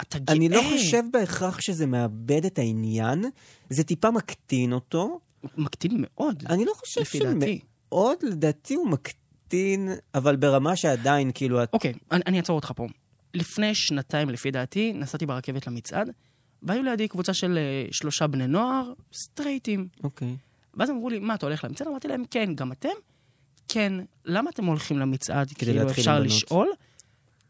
אתה גאה.
אני לא חושב בהכרח שזה מאבד את העניין, זה טיפה מקטין אותו.
מקטין מאוד.
אני לא חושב
לפי דעתי.
שמאוד, לדעתי הוא מקטין, אבל ברמה שעדיין, כאילו, את...
אוקיי, אני, אני אעצור אותך פה. לפני שנתיים, לפי דעתי, נסעתי ברכבת למצעד, והיו לידי קבוצה של אה, שלושה בני נוער, סטרייטים.
אוקיי.
ואז אמרו לי, מה, אתה הולך למצעד? אמרתי להם, כן, גם אתם? כן. למה אתם הולכים למצעד?
כדי
כאילו,
להתחיל עם
אפשר
בנות."
לשאול?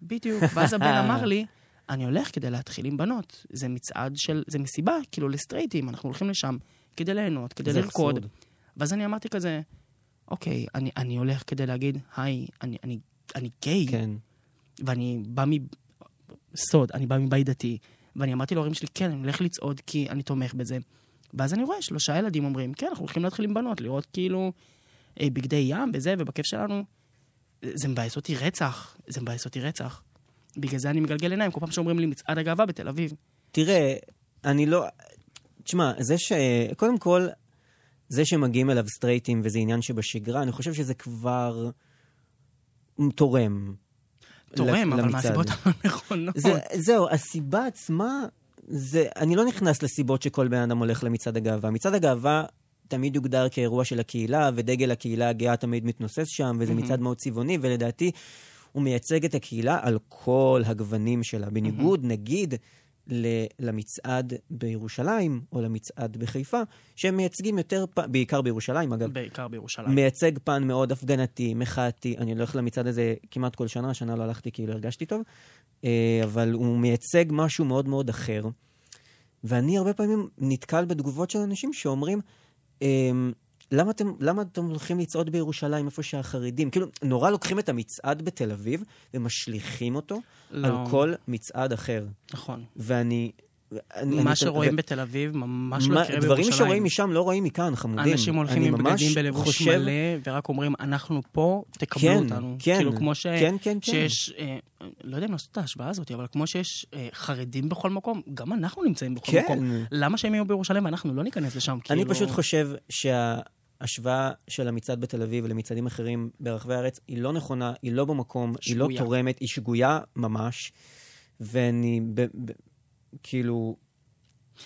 בדיוק. ואז הבן אמר לי, אני הולך כדי להתחיל עם בנות. זה מצעד של, זה מסיבה, כאילו, לסטרייטים, אנחנו הולכים לשם כדי ליהנות, כדי
זה
לרקוד.
אבסורד.
ואז אני אמרתי כזה, אוקיי, אני, אני הולך כדי להגיד, היי, אני, אני, אני גיי.
כן.
ואני בא מ... סוד, אני בא מבית דתי, ואני אמרתי להורים שלי, כן, אני הולך לצעוד כי אני תומך בזה. ואז אני רואה שלושה ילדים אומרים, כן, אנחנו הולכים להתחיל עם בנות, לראות כאילו אה, בגדי ים וזה, ובכיף שלנו. זה מבאס אותי רצח, זה מבאס אותי רצח. בגלל זה אני מגלגל עיניים כל פעם שאומרים לי מצעד הגאווה בתל אביב.
תראה, אני לא... תשמע, זה ש... קודם כל, זה שמגיעים אליו סטרייטים וזה עניין שבשגרה, אני חושב שזה כבר תורם.
תורם, אבל
למצעד.
מהסיבות הלא נכונות.
זה, זהו, הסיבה עצמה, זה, אני לא נכנס לסיבות שכל בן אדם הולך למצעד הגאווה. מצעד הגאווה תמיד יוגדר כאירוע של הקהילה, ודגל הקהילה הגאה תמיד מתנוסס שם, וזה
מהמם.
מצעד מאוד צבעוני, ולדעתי הוא מייצג את הקהילה על כל הגוונים שלה. בניגוד, נגיד, ל- למצעד בירושלים, או למצעד בחיפה, שהם מייצגים יותר, פ- בעיקר בירושלים, אגב,
בעיקר בירושלים.
מייצג פן מאוד הפגנתי, מחאתי. אני הולך למצעד הזה כמעט כל שנה, השנה לא הלכתי כי לא הרגשתי טוב, אה, אבל הוא מייצג משהו מאוד מאוד אחר. ואני הרבה פעמים נתקל בתגובות של אנשים שאומרים, אמ, למה אתם, למה אתם הולכים לצעוד בירושלים איפה שהחרדים? כאילו, נורא לוקחים את המצעד בתל אביב ומשליכים אותו
לא,
על כל מצעד אחר.
נכון.
ואני... אני- אני-
מה שרואים בתל אביב ממש
מה-
לא יקרה בירושלים.
דברים שרואים משם לא רואים מכאן, חמודים.
אנשים הולכים
אני
עם
ממש
בגדים בלבוש
חושב-
מלא, ורק אומרים, אנחנו פה, תקבלו
כן,
אותנו.
כן,
כאילו, כמו ש...
כן, כן, כן.
שיש, אה, לא יודע אם לעשות את ההשוואה הזאת, אבל כמו שיש אה, חרדים בכל מקום, גם אנחנו נמצאים בכל
כן.
מקום. למה שהם יהיו בירושלים ואנחנו לא ניכנס לשם?
אני
כאילו-
פשוט חושב שההשוואה של המצעד בתל אביב למצעדים אחרים ברחבי הארץ היא לא נכונה, היא לא במקום, היא לא
שגויה.
תורמת, היא שגויה ממש. ואני ב, ב, כאילו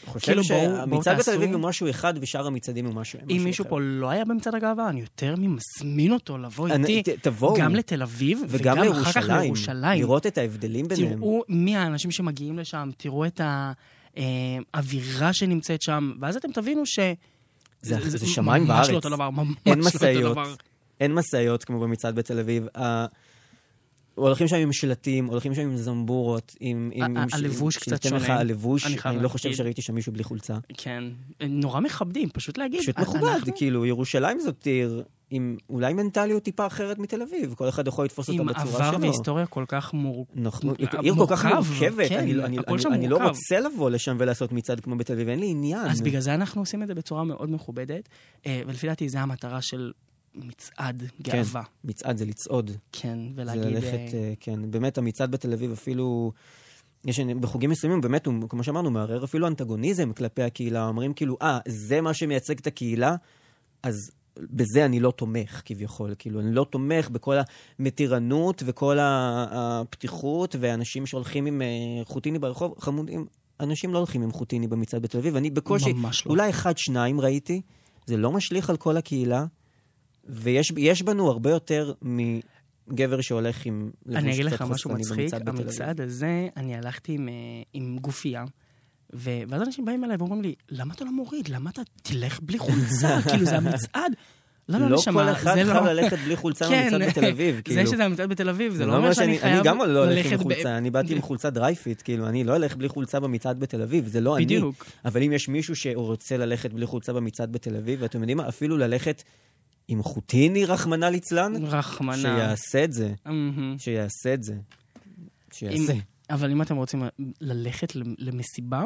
חושב
כאילו, בואו- בואו
שהמצעד בתל אביב
תעשו-
הוא משהו אחד ושאר המצעדים הוא משהו, משהו
אם מישהו
אחר.
פה לא היה במצעד הגאווה, אני יותר ממזמין אותו לבוא
אני-
איתי,
ת- תבואו,
גם לתל אביב,
וגם
וגם אחר כך לירושלים.
לראות את ההבדלים ביניהם.
תראו מי האנשים שמגיעים לשם, תראו את אה, האווירה שנמצאת שם, ואז אתם תבינו ש...
זה- זה שמיים
ממש
וארץ.
לא אותו דבר, ממש
אין
לא אותו
משאיות,
דבר.
אין משאיות כמו במצעד בתל אביב. ה- הולכים שם עם שלטים, הולכים שם עם זמבורות, עם... עם-
ה-
עם ש-
הלבוש
עם-
קצת
שניתן לך
שונה.
הלבוש,
אני חייב
אני לא
להגיד.
חושב שראיתי שם מישהו בלי חולצה.
כן, נורא מכבדים, פשוט להגיד.
פשוט
"אנ-
מכובד,
אנחנו
כאילו, ירושלים זאת עיר עם אולי מנטליות טיפה אחרת מתל אביב, כל אחד יכול לתפוס אותה
עם
בצורה שלו.
עבר והיסטוריה כל כך מור...
נכון,
מורכב,
עיר כל כך מורכבת,
כן,
אני לא- אני-
הכל
אני-
שם
אני לא
מורכב.
רוצה לבוא לשם ולעשות מצעד כמו בתל אביב, אין לי עניין.
אז בגלל זה אנחנו עושים את זה בצורה מאוד מכובדת, אה, ולפי דעתי זו המטרה של מצעד גאווה.
מצעד זה לצעוד.
כן,
כן. זה
ולהגיד... אה,
ללכת, אה, כן, באמת, המצעד בתל אביב אפילו... יש בחוגים מסוימים, באמת, הוא, כמו שאמרנו, מערער אפילו אנטגוניזם כלפי הקהילה. אומרים כאילו, אה, זה מה שמייצג את הקהילה, אז בזה אני לא תומך, כביכול. כאילו, אני לא תומך בכל המתירנות וכל ה- הפתיחות, ואנשים שהולכים עם אה, חוטיני ברחוב, חמודים. אנשים לא הולכים עם חוטיני במצעד בתל אביב. אני בקושי,
ממש לא.
אולי אחד, שניים ראיתי. זה לא משליך על כל הקהילה, ויש יש בנו הרבה יותר מגבר שהולך עם
אני אגיד
קצת
לך משהו
חושפני
מצחיק,
במצעד בתל אביב.
המצעד הזה, אני הלכתי עם, אה, עם גופייה, ו... ואז אנשים באים אליי ואומרים לי, למה אתה לא מוריד? למה אתה תלך בלי חולצה? כאילו, זה המצעד. לא, לא,
לא
נשמה,
כל אחד
זה
חייב
לא...
ללכת בלי חולצה
כן,
במצעד בתל אביב, כאילו.
זה שזה המצעד בתל אביב, זה לא אומר שאני
אני
חייב
גם לא הולך עם
ללכת ב-
חולצה, אני באתי עם חולצה דרייפיט, כאילו, אני לא אלך בלי חולצה במצעד בתל אביב, זה לא אני.
בדיוק.
אבל אם יש מישהו שרוצה ללכת בלי חולצה במצעד בתל אביב, ואתם יודעים מה, אפילו ללכת עם חוטיני, רחמנא ליצלן,
רחמנה.
שיעשה את זה,
מהמם.
שיעשה את זה. שיעשה.
אבל אם אתם רוצים ללכת למסיבה,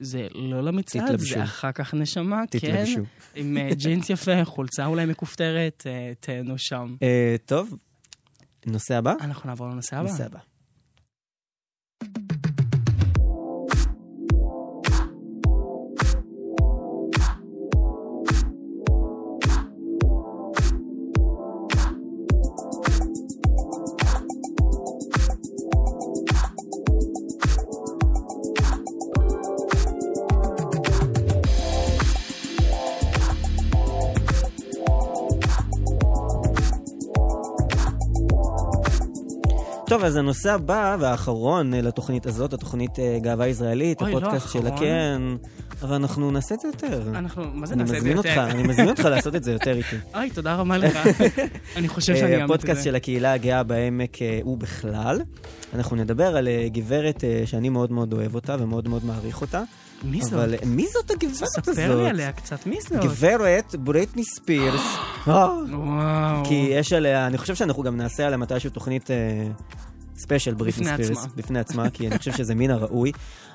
זה לא למצעד,
תתלבשו.
זה אחר כך נשמה, כן.
תתלבשו.
עם אה, ג'ינס יפה, חולצה אולי מכופתרת, אה, תהנו שם.
אה, טוב, נושא הבא?
אנחנו נעבור לנושא הבא.
נושא הבא. טוב, אז הנושא הבא והאחרון אה, לתוכנית הזאת, התוכנית אה, גאווה ישראלית,
אוי, לא
הפודקאסט של
האחרון.
הקרן, אבל אנחנו נעשה את זה יותר.
אנחנו, מה אה, זה
אני
נעשה את זה
מזמין אותך,
יותר?
אני מזמין אותך לעשות את זה יותר איתי.
אוי, תודה רבה לך. אני חושב שאני
אה,
אאמת את
הפודקאסט
זה.
של הקהילה הגאה בעמק אה, ובכלל. אנחנו נדבר על אה, גברת אה, שאני מאוד מאוד אוהב אותה ומאוד מאוד מעריך אותה.
מי זאת?
אבל אה, מי זאת הגברת הזאת?
ספר לי עליה קצת, מי זאת?
גברת בריטני ספירס. אה,
וואו.
כי יש עליה, אני חושב שאנחנו גם נעשה עליה מתישהו תוכנית אה, ספיישל בריטני
בפני
ספירס,
עצמה.
בפני עצמה, כי אני חושב שזה מן הראוי.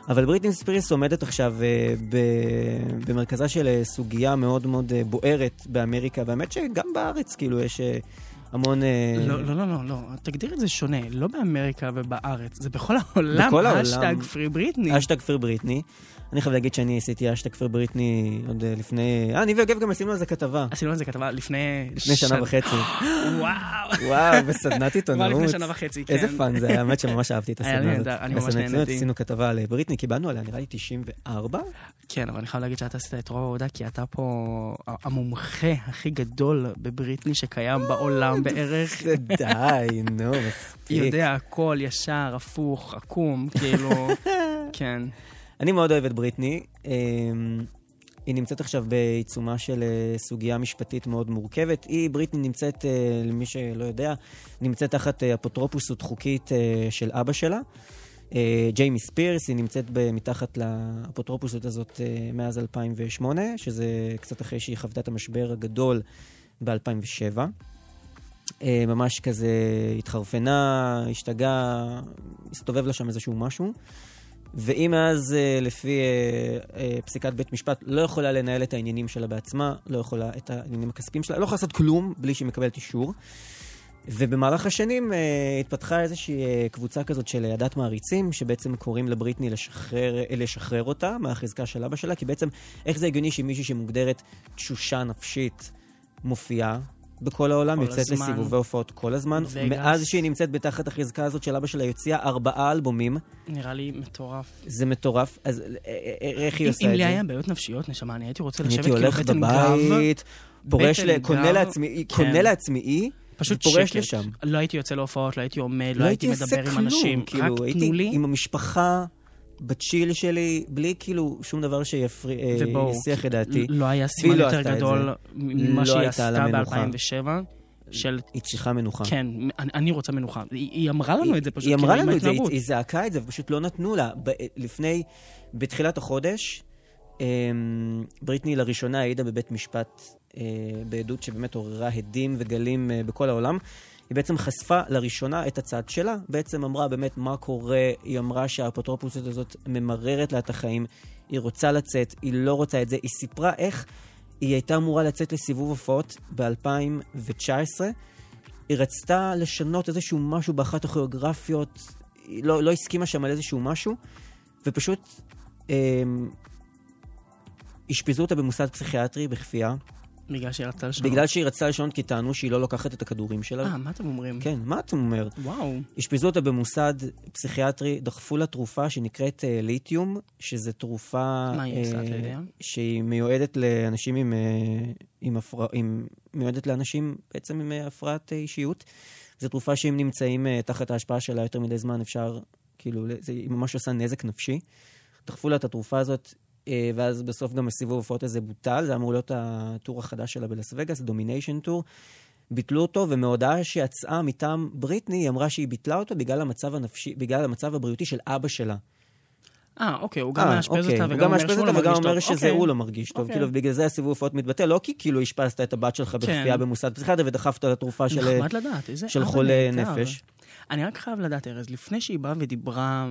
אבל בריטני ספירס עומדת עכשיו אה, ב- במרכזה של אה, סוגיה מאוד מאוד אה, בוערת באמריקה, והאמת שגם בארץ, כאילו, יש אה, המון... אה,
לא, לא, לא, לא, לא, תגדיר את זה שונה, לא באמריקה ובארץ, זה בכל העולם,
בכל העולם.
השטג פרי בריטני.
אשטג פיר בריטני. אני חייב להגיד שאני עשיתי אשטג פיר בריטני עוד אה, לפני... אה, אני ויוגב גם עשינו על זה כתבה.
עשינו על זה כתבה לפני...
לפני שנה
שנ-
וחצי.
וואו.
וואו, בסדנת עיתונאות.
כבר לפני שנה וחצי, כן.
איזה פאן זה היה, האמת שממש אהבתי את
היה
הסדנה הזאת.
נהדר, אני ממש
בסדנת עיתונאות
נהניתי.
עשינו כתבה על בריטני, קיבלנו עליה נראה לי 94?
כן, אבל אני חייב להגיד שאתה עשית את רוב העבודה, כי אתה פה ה- המומחה הכי גדול בבריטני שקיים בעולם בערך.
זה די, נו, מספיק.
יודע הכל, ישר, הפוך, עקום, כאילו, כן.
אני מאוד אוהב את בריטני. אמ, היא נמצאת עכשיו בעיצומה של אה, סוגיה משפטית מאוד מורכבת. היא, בריטני נמצאת, אה, למי שלא יודע, נמצאת תחת אה, אפוטרופוסות חוקית אה, של אבא שלה. אה, ג'יימי ספירס, היא נמצאת ב- מתחת לאפוטרופוסות הזאת אה, מאז 2008, שזה קצת אחרי שהיא חוותה את המשבר הגדול ב-2007. אה, ממש כזה התחרפנה, השתגעה, הסתובב לה שם איזשהו משהו. והיא מאז, אה, לפי אה, אה, פסיקת בית משפט, לא יכולה לנהל את העניינים שלה בעצמה, לא יכולה את העניינים הכספיים שלה, לא יכולה לעשות כלום בלי שהיא מקבלת אישור. ובמהלך השנים אה, התפתחה איזושהי אה, קבוצה כזאת של עדת מעריצים, שבעצם קוראים לבריטני לשחרר, אה, לשחרר אותה מהחזקה של אבא שלה, כי בעצם איך זה הגיוני שמישהי שמוגדרת תשושה נפשית מופיעה בכל העולם,
כל
יוצאת
הזמן.
לסיבובי הופעות כל הזמן.
וגאס.
מאז שהיא נמצאת בתחת החזקה הזאת של אבא שלה, היא הוציאה ארבעה אלבומים.
נראה לי מטורף.
זה מטורף, אז אה, א- א- א- איך היא
אם-
עושה
אם
את
לי
זה?
היה בעיות נפשיות, נשמה, אני הייתי רוצה
אני
לשבת
הייתי
כאילו
הולך
בטן גב,
בבית, פורש,
בטן
ל- קונה
גב,
לעצמי, היא-
כן.
קונה לעצמי אי,
פשוט
ופורש
שקט.
לשם.
לא הייתי יוצא להופעות, לא הייתי עומד, לא הייתי
עושה
מדבר עם
כלום,
אנשים. רק
כאילו,
תנו
הייתי
לי,
עם המשפחה, בצ'יל שלי, בלי כאילו שום דבר אה,
ובואו.
שיסיח את דעתי.
לא היה
והיא
סימן
לא
יותר
עשתה את
גדול
לא
ממה שהיא
הייתה לה
עשתה
מנוחה.
ב-2007, של
היא צריכה מנוחה.
כן, אני- אני רוצה מנוחה. היא היא אמרה לנו את זה פשוט,
נכון. היא
כאילו,
אמרה
עם
לנו את זה, היא,
ההתנהגות.
היא זעקה את זה, ופשוט לא נתנו לה. ב, לפני, בתחילת החודש, אמ, בריטני לראשונה העידה בבית משפט, אה, בעדות שבאמת עוררה הדים וגלים אה, בכל העולם. היא בעצם חשפה לראשונה את הצד שלה, בעצם אמרה באמת מה קורה, היא אמרה שהאפוטרופוסית הזאת ממררת לה את החיים, היא רוצה לצאת, היא לא רוצה את זה, היא סיפרה איך היא הייתה אמורה לצאת לסיבוב הופעות ב-2019, היא רצתה לשנות איזשהו משהו באחת הכוריאוגרפיות, היא לא, לא הסכימה שם על איזשהו משהו, ופשוט אמ, אשפזו אותה במוסד פסיכיאטרי בכפייה,
בגלל שהיא רצתה לשנות.
בגלל שהיא רצתה לשנות כי טענו שהיא לא לוקחת את הכדורים שלה.
אה, מה אתם אומרים?
כן, מה אתה אומר?
וואו.
אשפזו אותה במוסד פסיכיאטרי, דחפו לה תרופה שנקראת אה, ליתיום, שזו תרופה... אה,
מה היא עושה, אתה יודע?
שהיא מיועדת לאנשים עם, אה, עם, הפרע, עם... מיועדת לאנשים בעצם עם אה, הפרעת אה, אישיות. זו תרופה שאם נמצאים אה, תחת ההשפעה שלה יותר מדי זמן, אפשר, כאילו, ל- זה, היא ממש עושה נזק נפשי. דחפו לה את התרופה הזאת, אה, ואז בסוף גם הסיבוב ההופעות הזה בוטל, זה אמור להיות הטור החדש שלה בלאס וגאס, דומיניישן טור. ביטלו אותו, ומהודעה שיצאה מטעם בריטני, היא אמרה שהיא ביטלה אותו בגלל המצב הנפשי, בגלל המצב הבריאותי של אבא שלה.
אה, אוקיי, הוא גם
אה,
מאשפז
אוקיי.
אותה
הוא
וגם
גם
אומר
מאשפז
שהוא
אותה
לא
וגם
מרגיש
אומר
טוב.
שזה
אוקיי.
הוא לא מרגיש טוב.
אוקיי. כן.
כאילו, בגלל זה הסיבוב הופעות מתבטל. לא כי כאילו אשפזת את הבת שלך בכפייה במוסד פסיכיאטר ודחפת על התרופה של...
נחמד לדעת, איזה
של
אבא
חולה
נהדר.
נפש.
אני רק חייב לדעת, ארז, לפני שהיא באה ודיברה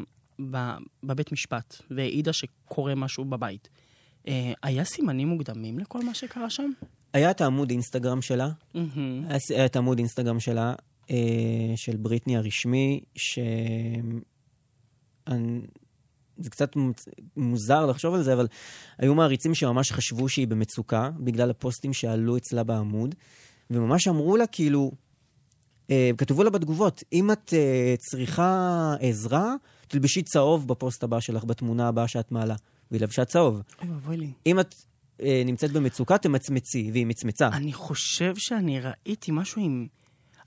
ב- בבית משפט, והעידה שקורה משהו בבית, אה, היה סימנים מוקדמים לכל מה שקרה שם?
היה את העמוד אינסטגרם שלה,
מהמם.
היה ס- היה אה, את העמוד אינסטגרם שלה, אה, של בריטני הרשמי, ש... אני- זה קצת מוצ- מוזר לחשוב על זה, אבל היו מעריצים שממש חשבו שהיא במצוקה, בגלל הפוסטים שעלו אצלה בעמוד, וממש אמרו לה, כאילו, אה, כתבו לה בתגובות, אם את אה, צריכה עזרה, תלבשי צהוב בפוסט הבא שלך, בתמונה הבאה שאת מעלה. והיא לבשה צהוב.
אוי ואבוי לי.
אם את אה, נמצאת במצוקה, תמצמצי, והיא מצמצה.
אני חושב שאני ראיתי משהו עם...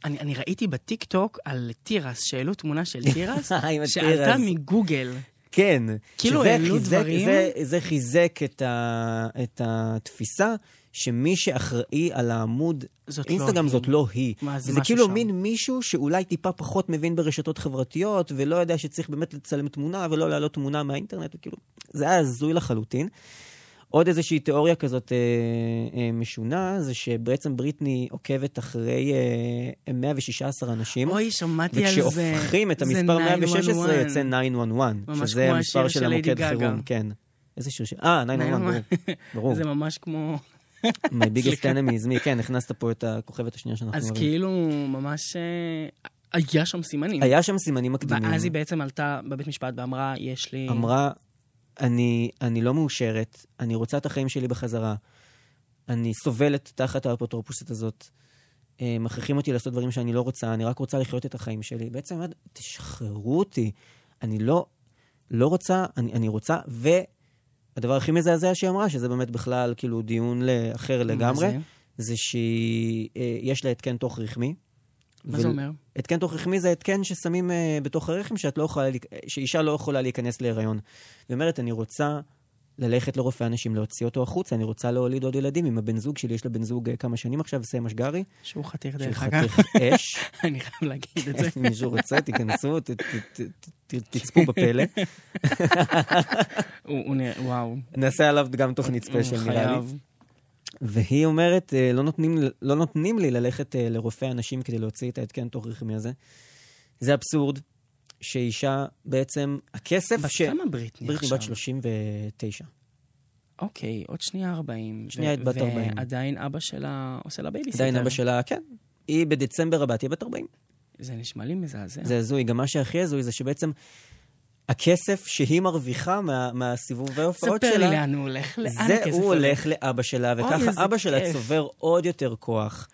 אני, אני ראיתי בטיקטוק על תירס, שהעלו תמונה של תירס,
עם
שעלתה
התירס.
מגוגל.
כן.
כאילו,
שזה
העלו
חיזק-
דברים.
זה, זה חיזק את, ה, את התפיסה שמי שאחראי על העמוד
זאת לא
אינסטגרם
היא.
זאת לא היא.
מה, זה
וזה
משהו
כאילו
שם.
מין מישהו שאולי טיפה פחות מבין ברשתות חברתיות, ולא יודע שצריך באמת לצלם תמונה ולא להעלות תמונה מהאינטרנט, וכאילו, זה היה הזוי לחלוטין. עוד איזושהי תיאוריה כזאת אה, אה, משונה, זה שבעצם בריטני עוקבת אחרי אה, 116 אנשים.
אוי, שמעתי על זה.
וכשהופכים את המספר 116 יוצא 911,
ממש
שזה
כמו
המספר
השיר
של
של ליידי
המוקד
גגה.
חירום, כן. איזה שיר ש... אה, 911, ברור. ברור.
זה ממש כמו...
My biggest
סליחה.
enemy is me, כן, הכנסת פה את הכוכבת השנייה שאנחנו
אז
אוהבים.
כאילו, ממש אה, היה שם סימנים.
היה שם סימנים מקדימים.
ואז היא בעצם עלתה בבית משפט ואמרה, יש לי...
אמרה, אני, אני לא מאושרת, אני רוצה את החיים שלי בחזרה, אני סובלת תחת האפוטרופוסית הזאת, אה, מכריחים אותי לעשות דברים שאני לא רוצה, אני רק רוצה לחיות את החיים שלי. בעצם אמרת, תשחררו אותי, אני לא, לא רוצה, אני, אני רוצה, והדבר הכי מזעזע שהיא אמרה, שזה באמת בכלל כאילו דיון ל- אחר
מה
לגמרי,
זה?
זה שהיא, אה, יש לה התקן תוך רחמי.
מה זה
ול-
אומר?
התקן תוך רחמי זה התקן ששמים אה, בתוך הרחם, שאת לא יכולה, להיק- אה, שאישה לא יכולה להיכנס להיריון. היא אומרת, אני רוצה ללכת לרופא הנשים, להוציא אותו החוצה, אני רוצה להוליד עוד ילדים עם הבן זוג שלי, יש לה בן זוג אה, כמה שנים עכשיו, סם אשגרי,
שהוא חתיך
שהוא
דרך אגב.
חתיך אש.
אני חייב להגיד את זה.
אם מישהו רוצה, תיכנסו, ת- ת- ת- ת- תצפו בפלא.
הוא הוא נראה, וואו.
נעשה עליו גם תוכנית ספיישל,
הוא
נראה לי.
חייב.
והיא אומרת, אה, לא נותנים, לא נותנים לי ללכת אה, לרופא הנשים כדי להוציא את ההתקן תוך רחמי הזה. זה אבסורד, שאישה בעצם, הכסף
בת
ש...
כמה בריטני
בריטני
עכשיו?
בת 39.
אוקיי, עוד שנייה 40.
שנייה
ו-
את בת 40.
ועדיין אבא שלה עושה לה בייביסיטר.
עדיין אבא שלה, כן. היא בדצמבר הבא תהיה בת 40.
זה נשמע לי מזעזע.
זה הזוי. גם מה שהכי הזוי זה שבעצם הכסף שהיא מרוויחה מה- מהסיבובי ההופעות
ספר לי
שלה,
לאן הוא הולך, לאן
זה
הכסף
הוא הולך לאבא שלה,
איזה
וככה אבא שלה
כיף.
צובר עוד יותר כוח.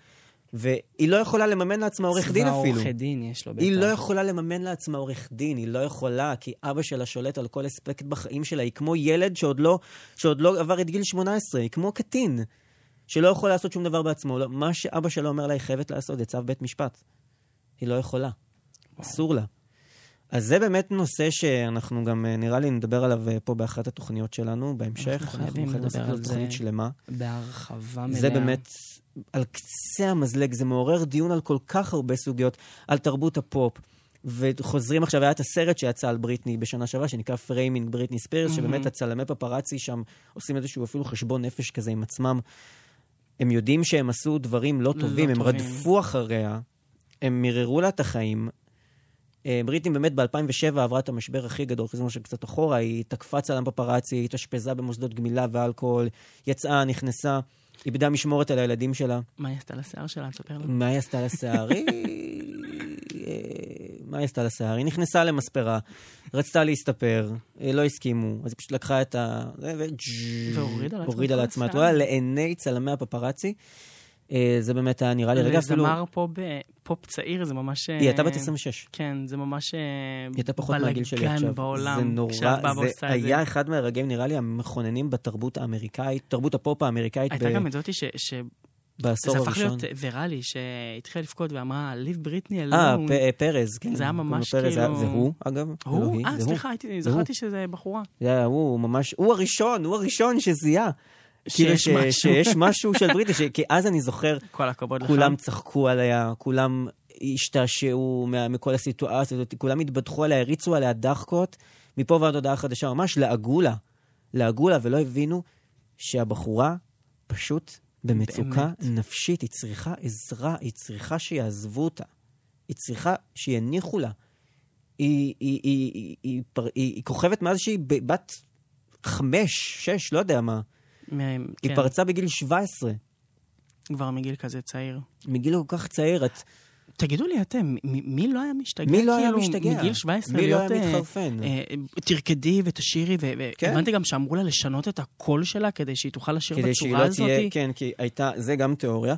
והיא לא יכולה לממן לעצמה עורך דין
צבא
אפילו.
עורכי דין יש לו בטח.
היא לא יכולה לממן לעצמה עורך דין, היא לא יכולה, כי אבא שלה שולט על כל אספקט בחיים שלה. היא כמו ילד שעוד לא, שעוד לא עבר את גיל 18, היא כמו קטין, שלא יכול לעשות שום דבר בעצמו. לא, מה שאבא שלה אומר לה, היא חייבת לעשות, זה צו בית משפט. היא לא יכולה, אסור לה. אז זה באמת נושא שאנחנו גם, אה, נראה לי, נדבר עליו אה, פה באחת התוכניות שלנו בהמשך.
אנחנו חייבים לדבר
לעשות
על זה.
תוכנית שלמה.
בהרחבה מלאה.
זה באמת, על קצה המזלג, זה מעורר דיון על כל כך הרבה סוגיות, על תרבות הפופ. וחוזרים עכשיו, היה את הסרט שיצא על בריטני בשנה שעברה, שנקרא פריימינג בריטני ספירס, שבאמת הצלמי פפראצי שם עושים איזשהו אפילו חשבון נפש כזה עם עצמם. הם יודעים שהם עשו דברים לא
לא
טובים, הם
טובים.
רדפו אחריה, הם מיררו לה את החיים. אה, בריטני באמת ב-2007 עברה את המשבר הכי גדול, חזרנו של קצת אחורה, היא תקפה צלם פפראצי, היא התאשפזה במוסדות גמילה ואלכוהול, יצאה, נכנסה, איבדה משמורת על הילדים שלה.
מה היא עשתה לשיער שלה? תספר לנו.
מה היא עשתה לשיער? היא... אה, מה היא עשתה לשיער? היא נכנסה למספרה, רצתה להסתפר, אה, לא הסכימו, אז היא פשוט לקחה את ה... זה, ו...
והורידה לעצמה
Mm, הורידה
את כל
לעצמה את
השיער.
וואלה, לעיני צלמי הפפראצי. אה, זה באמת היה נראה לי רגע אפילו...
לזמר פה בפופ צעיר זה ממש...
היא הייתה בת 26.
כן, זה ממש... היא
היא הייתה פחות מהגיל שלי עכשיו.
בעולם.
זה נורא,
כשאת באה ועושה
זה
את
היה אחד מהרגעים, נראה לי, המכוננים בתרבות האמריקאית, תרבות הפופ האמריקאית
הייתה
ב-
גם את זאתי ש... ש-
בעשור
זה הפך
הראשון.
להיות ויראלי, שהתחילה לבכות ואמרה, ליב בריטני
אה,
אלון.
פ- אה, פרז, כן.
לא- זה היה
קוראים לו
ממש
פרז, זה היה-
כאילו-
זה הוא, אגב. זה לא
הוא?
היא,
אה,
זה הוא.
סליחה, הייתי- זכרתי שזה בחורה.
זה היה הוא, הוא ממש, הוא הראשון, הוא הראשון שזיהה. כאילו
שיש
ש-
משהו.
שיש משהו של בריטי, ש- כי אז אני זוכר,
כל הכבוד לך.
כולם צחקו עליה, כולם השתעשעו מה- מכל הסיטואציה הזאת, כולם התבדחו עליה, הריצו עליה דחקות, מפה ועד הודעה חדשה, ממש לעגו לה, לעגו לה, ולא הבינו שהבחורה פשוט במצוקה
באמת.
נפשית, היא צריכה עזרה, היא צריכה שיעזבו אותה, היא צריכה שיניחו לה. היא, היא, היא, היא, היא, פר- היא, היא כוכבת מאז שהיא ב- בת חמש, שש, לא יודע מה.
מ-
היא
כן,
פרצה בגיל 17,
כבר מגיל כזה צעיר.
מגיל כל כך צעיר, את...
תגידו לי אתם, מ- מי לא היה משתגע?
מי לא היה
כאילו,
משתגע?
מגיל 17
מי לא
להיות...
היה
אה,
מתחרפן?
אה, תרקדי ותשירי,
כן.
והבנתי גם שאמרו לה לשנות את הקול שלה כדי שהיא תוכל לשיר
כדי שהיא
בצורה
לא
הזאת.
תהיה, כן, כי הייתה, זה גם תיאוריה.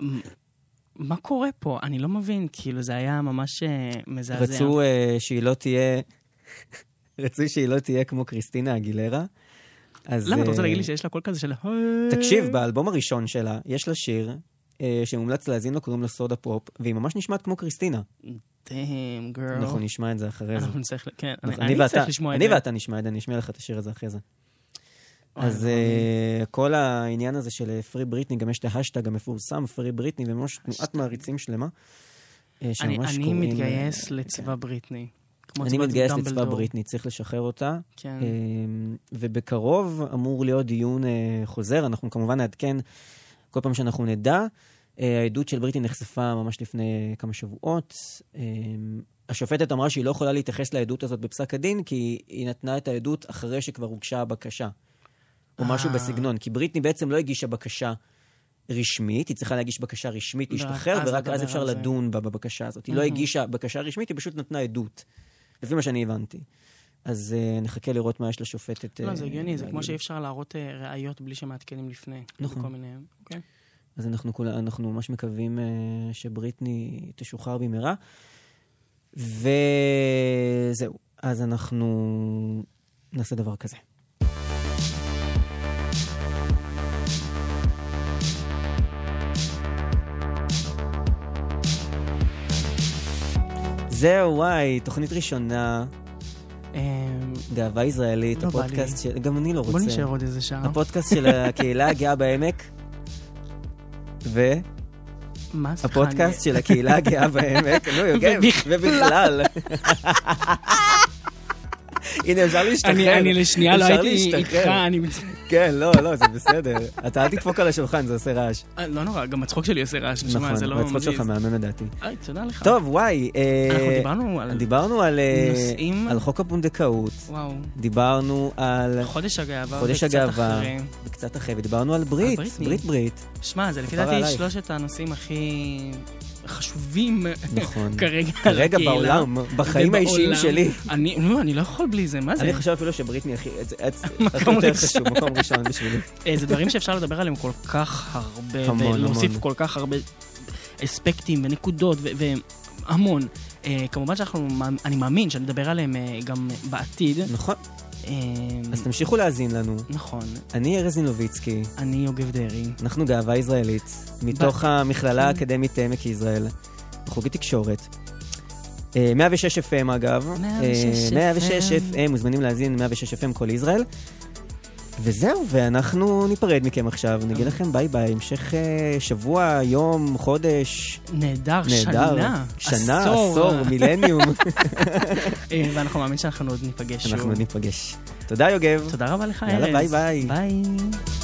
מה קורה פה? אני לא מבין, כאילו זה היה ממש אה, מזעזע.
רצו אה, שהיא לא תהיה, רצו שהיא לא תהיה כמו קריסטינה אגילרה. אז...
למה אתה רוצה
אה,
להגיד לי שיש לה קול כזה של...
תקשיב, באלבום הראשון שלה, יש לה שיר אה, שמומלץ להאזין לו, קוראים לו סודה פופ, והיא ממש נשמעת כמו קריסטינה.
דאם, גרל.
אנחנו נשמע את זה אחרי זה.
לא. אנחנו נצטרך... ל- כן,
אנחנו-
אני
ואתה-
צריך לשמוע את זה.
אני ואתה נשמע את זה, אני אשמיע לך את השיר הזה אחרי זה.
אוי,
אז
לא
אה, כל העניין הזה של פרי בריטני, גם יש את ההשטג המפורסם, פרי בריטני, וממש תנועת מעריצים שלמה. אה,
אני
שממש
אני
קוראים, אה,
מתגייס לצבא בריטני. כמו
אני
צבא
מתגייס לצבא
דמבלדור.
בריטני, צריך לשחרר אותה.
כן.
אמ, ובקרוב אמור להיות דיון אה, חוזר, אנחנו כמובן נעדכן כל פעם שאנחנו נדע. אה, העדות של בריטי נחשפה ממש לפני כמה שבועות. אמ, השופטת אמרה שהיא לא יכולה להתייחס לעדות הזאת בפסק הדין, כי היא נתנה את העדות אחרי שכבר הוגשה הבקשה. או משהו
אה.
בסגנון. כי בריטני בעצם לא הגישה בקשה רשמית, היא צריכה להגיש בקשה רשמית
ורק
להשתחרר,
לא, אז
ורק
לדבר
אז אפשר
על זה.
לדון בה בבקשה הזאת. היא לא
מהמם.
הגישה בקשה רשמית, היא פשוט נתנה עדות, לפי מה שאני הבנתי. אז אה, נחכה לראות מה יש לשופטת.
לא,
אה,
זה הגיוני, זה
להגיד.
כמו שאי אפשר להראות אה, ראיות בלי שמעדכנים לפני.
נכון.
וכל מיני... אוקיי.
אז אנחנו, כולה, אנחנו ממש מקווים אה, שבריטני תשוחרר במהרה. וזהו, אז אנחנו נעשה דבר כזה. זהו, וואי, תוכנית ראשונה,
אמ,
גאווה ישראלית,
לא בא לי.
הפודקאסט של... גם אני לא רוצה.
בוא נשאר עוד איזה שעה.
הפודקאסט של הקהילה הגאה בעמק. ו...
מה זה
הפודקאסט של הקהילה הגאה בעמק, נו יוגב,
ובכלל.
ובכלל. הנה, אפשר
חניה?
להשתחרר.
אני, אני לשנייה לא
אפשר
הייתי
להשתחרר.
איתך, אני מצ...
כן, לא, לא, זה בסדר. אתה אל תדפוק על השולחן, זה עושה רעש.
אה, לא נורא, גם הצחוק שלי עושה רעש, נשמע, זה לא
נכון, הצחוק שלך מהמם לדעתי.
היי, תודה לך.
טוב, וואי. אה,
אנחנו דיברנו על...
דיברנו על... אה,
נושאים.
על חוק הפונדקאות,
וואו.
דיברנו על...
חודש הגאווה,
חודש
וקצת
הגאווה,
אחרי.
וקצת אחרי, ודיברנו על ברית,
על בריטני.
ברית ברית,
שמע, זה לפי
כפרה
דעתי
עלייך.
שלושת הנושאים הכי חשובים
נכון.
כרגע
כרגע
לקהילה.
בעולם, בחיים האישיים
ובעולם.
שלי.
אני, לא, אני לא יכול בלי זה, מה זה?
אני חושב אפילו שבריטני הכי...
מקום
מקום יותר
ראשון.
חשוב, מקום ראשון בשבילי.
אה, זה דברים שאפשר לדבר עליהם כל כך הרבה,
המון,
ולהוסיף
המון.
כל כך הרבה אספקטים ונקודות ו- והמון. אה, כמובן שאנחנו, מאמ- אני מאמין שנדבר עליהם אה, גם בעתיד.
נכון,
אה,
אז תמשיכו להאזין לנו.
נכון,
אני ארז נינוביצקי,
אני יוגב דרעי.
אנחנו גאווה ישראלית, מתוך
כן.
המכללה האקדמית עמק יזרעאל, חוגי תקשורת. אה, 106 FM אגב,
106
אה, 106
FM.
FM, מוזמנים להאזין 106 FM כל ישראל. וזהו, ואנחנו ניפרד מכם עכשיו, נגיד לכם ביי ביי, המשך אה, שבוע, יום, חודש,
נהדר,
נהדר,
שנה,
שנה, עשור, מילניום,
אה, ואנחנו מאמין שאנחנו עוד ניפגש שוב.
אנחנו ניפגש. תודה יוגב.
תודה רבה לך, ארז.
יאללה, ביי ביי.
ביי.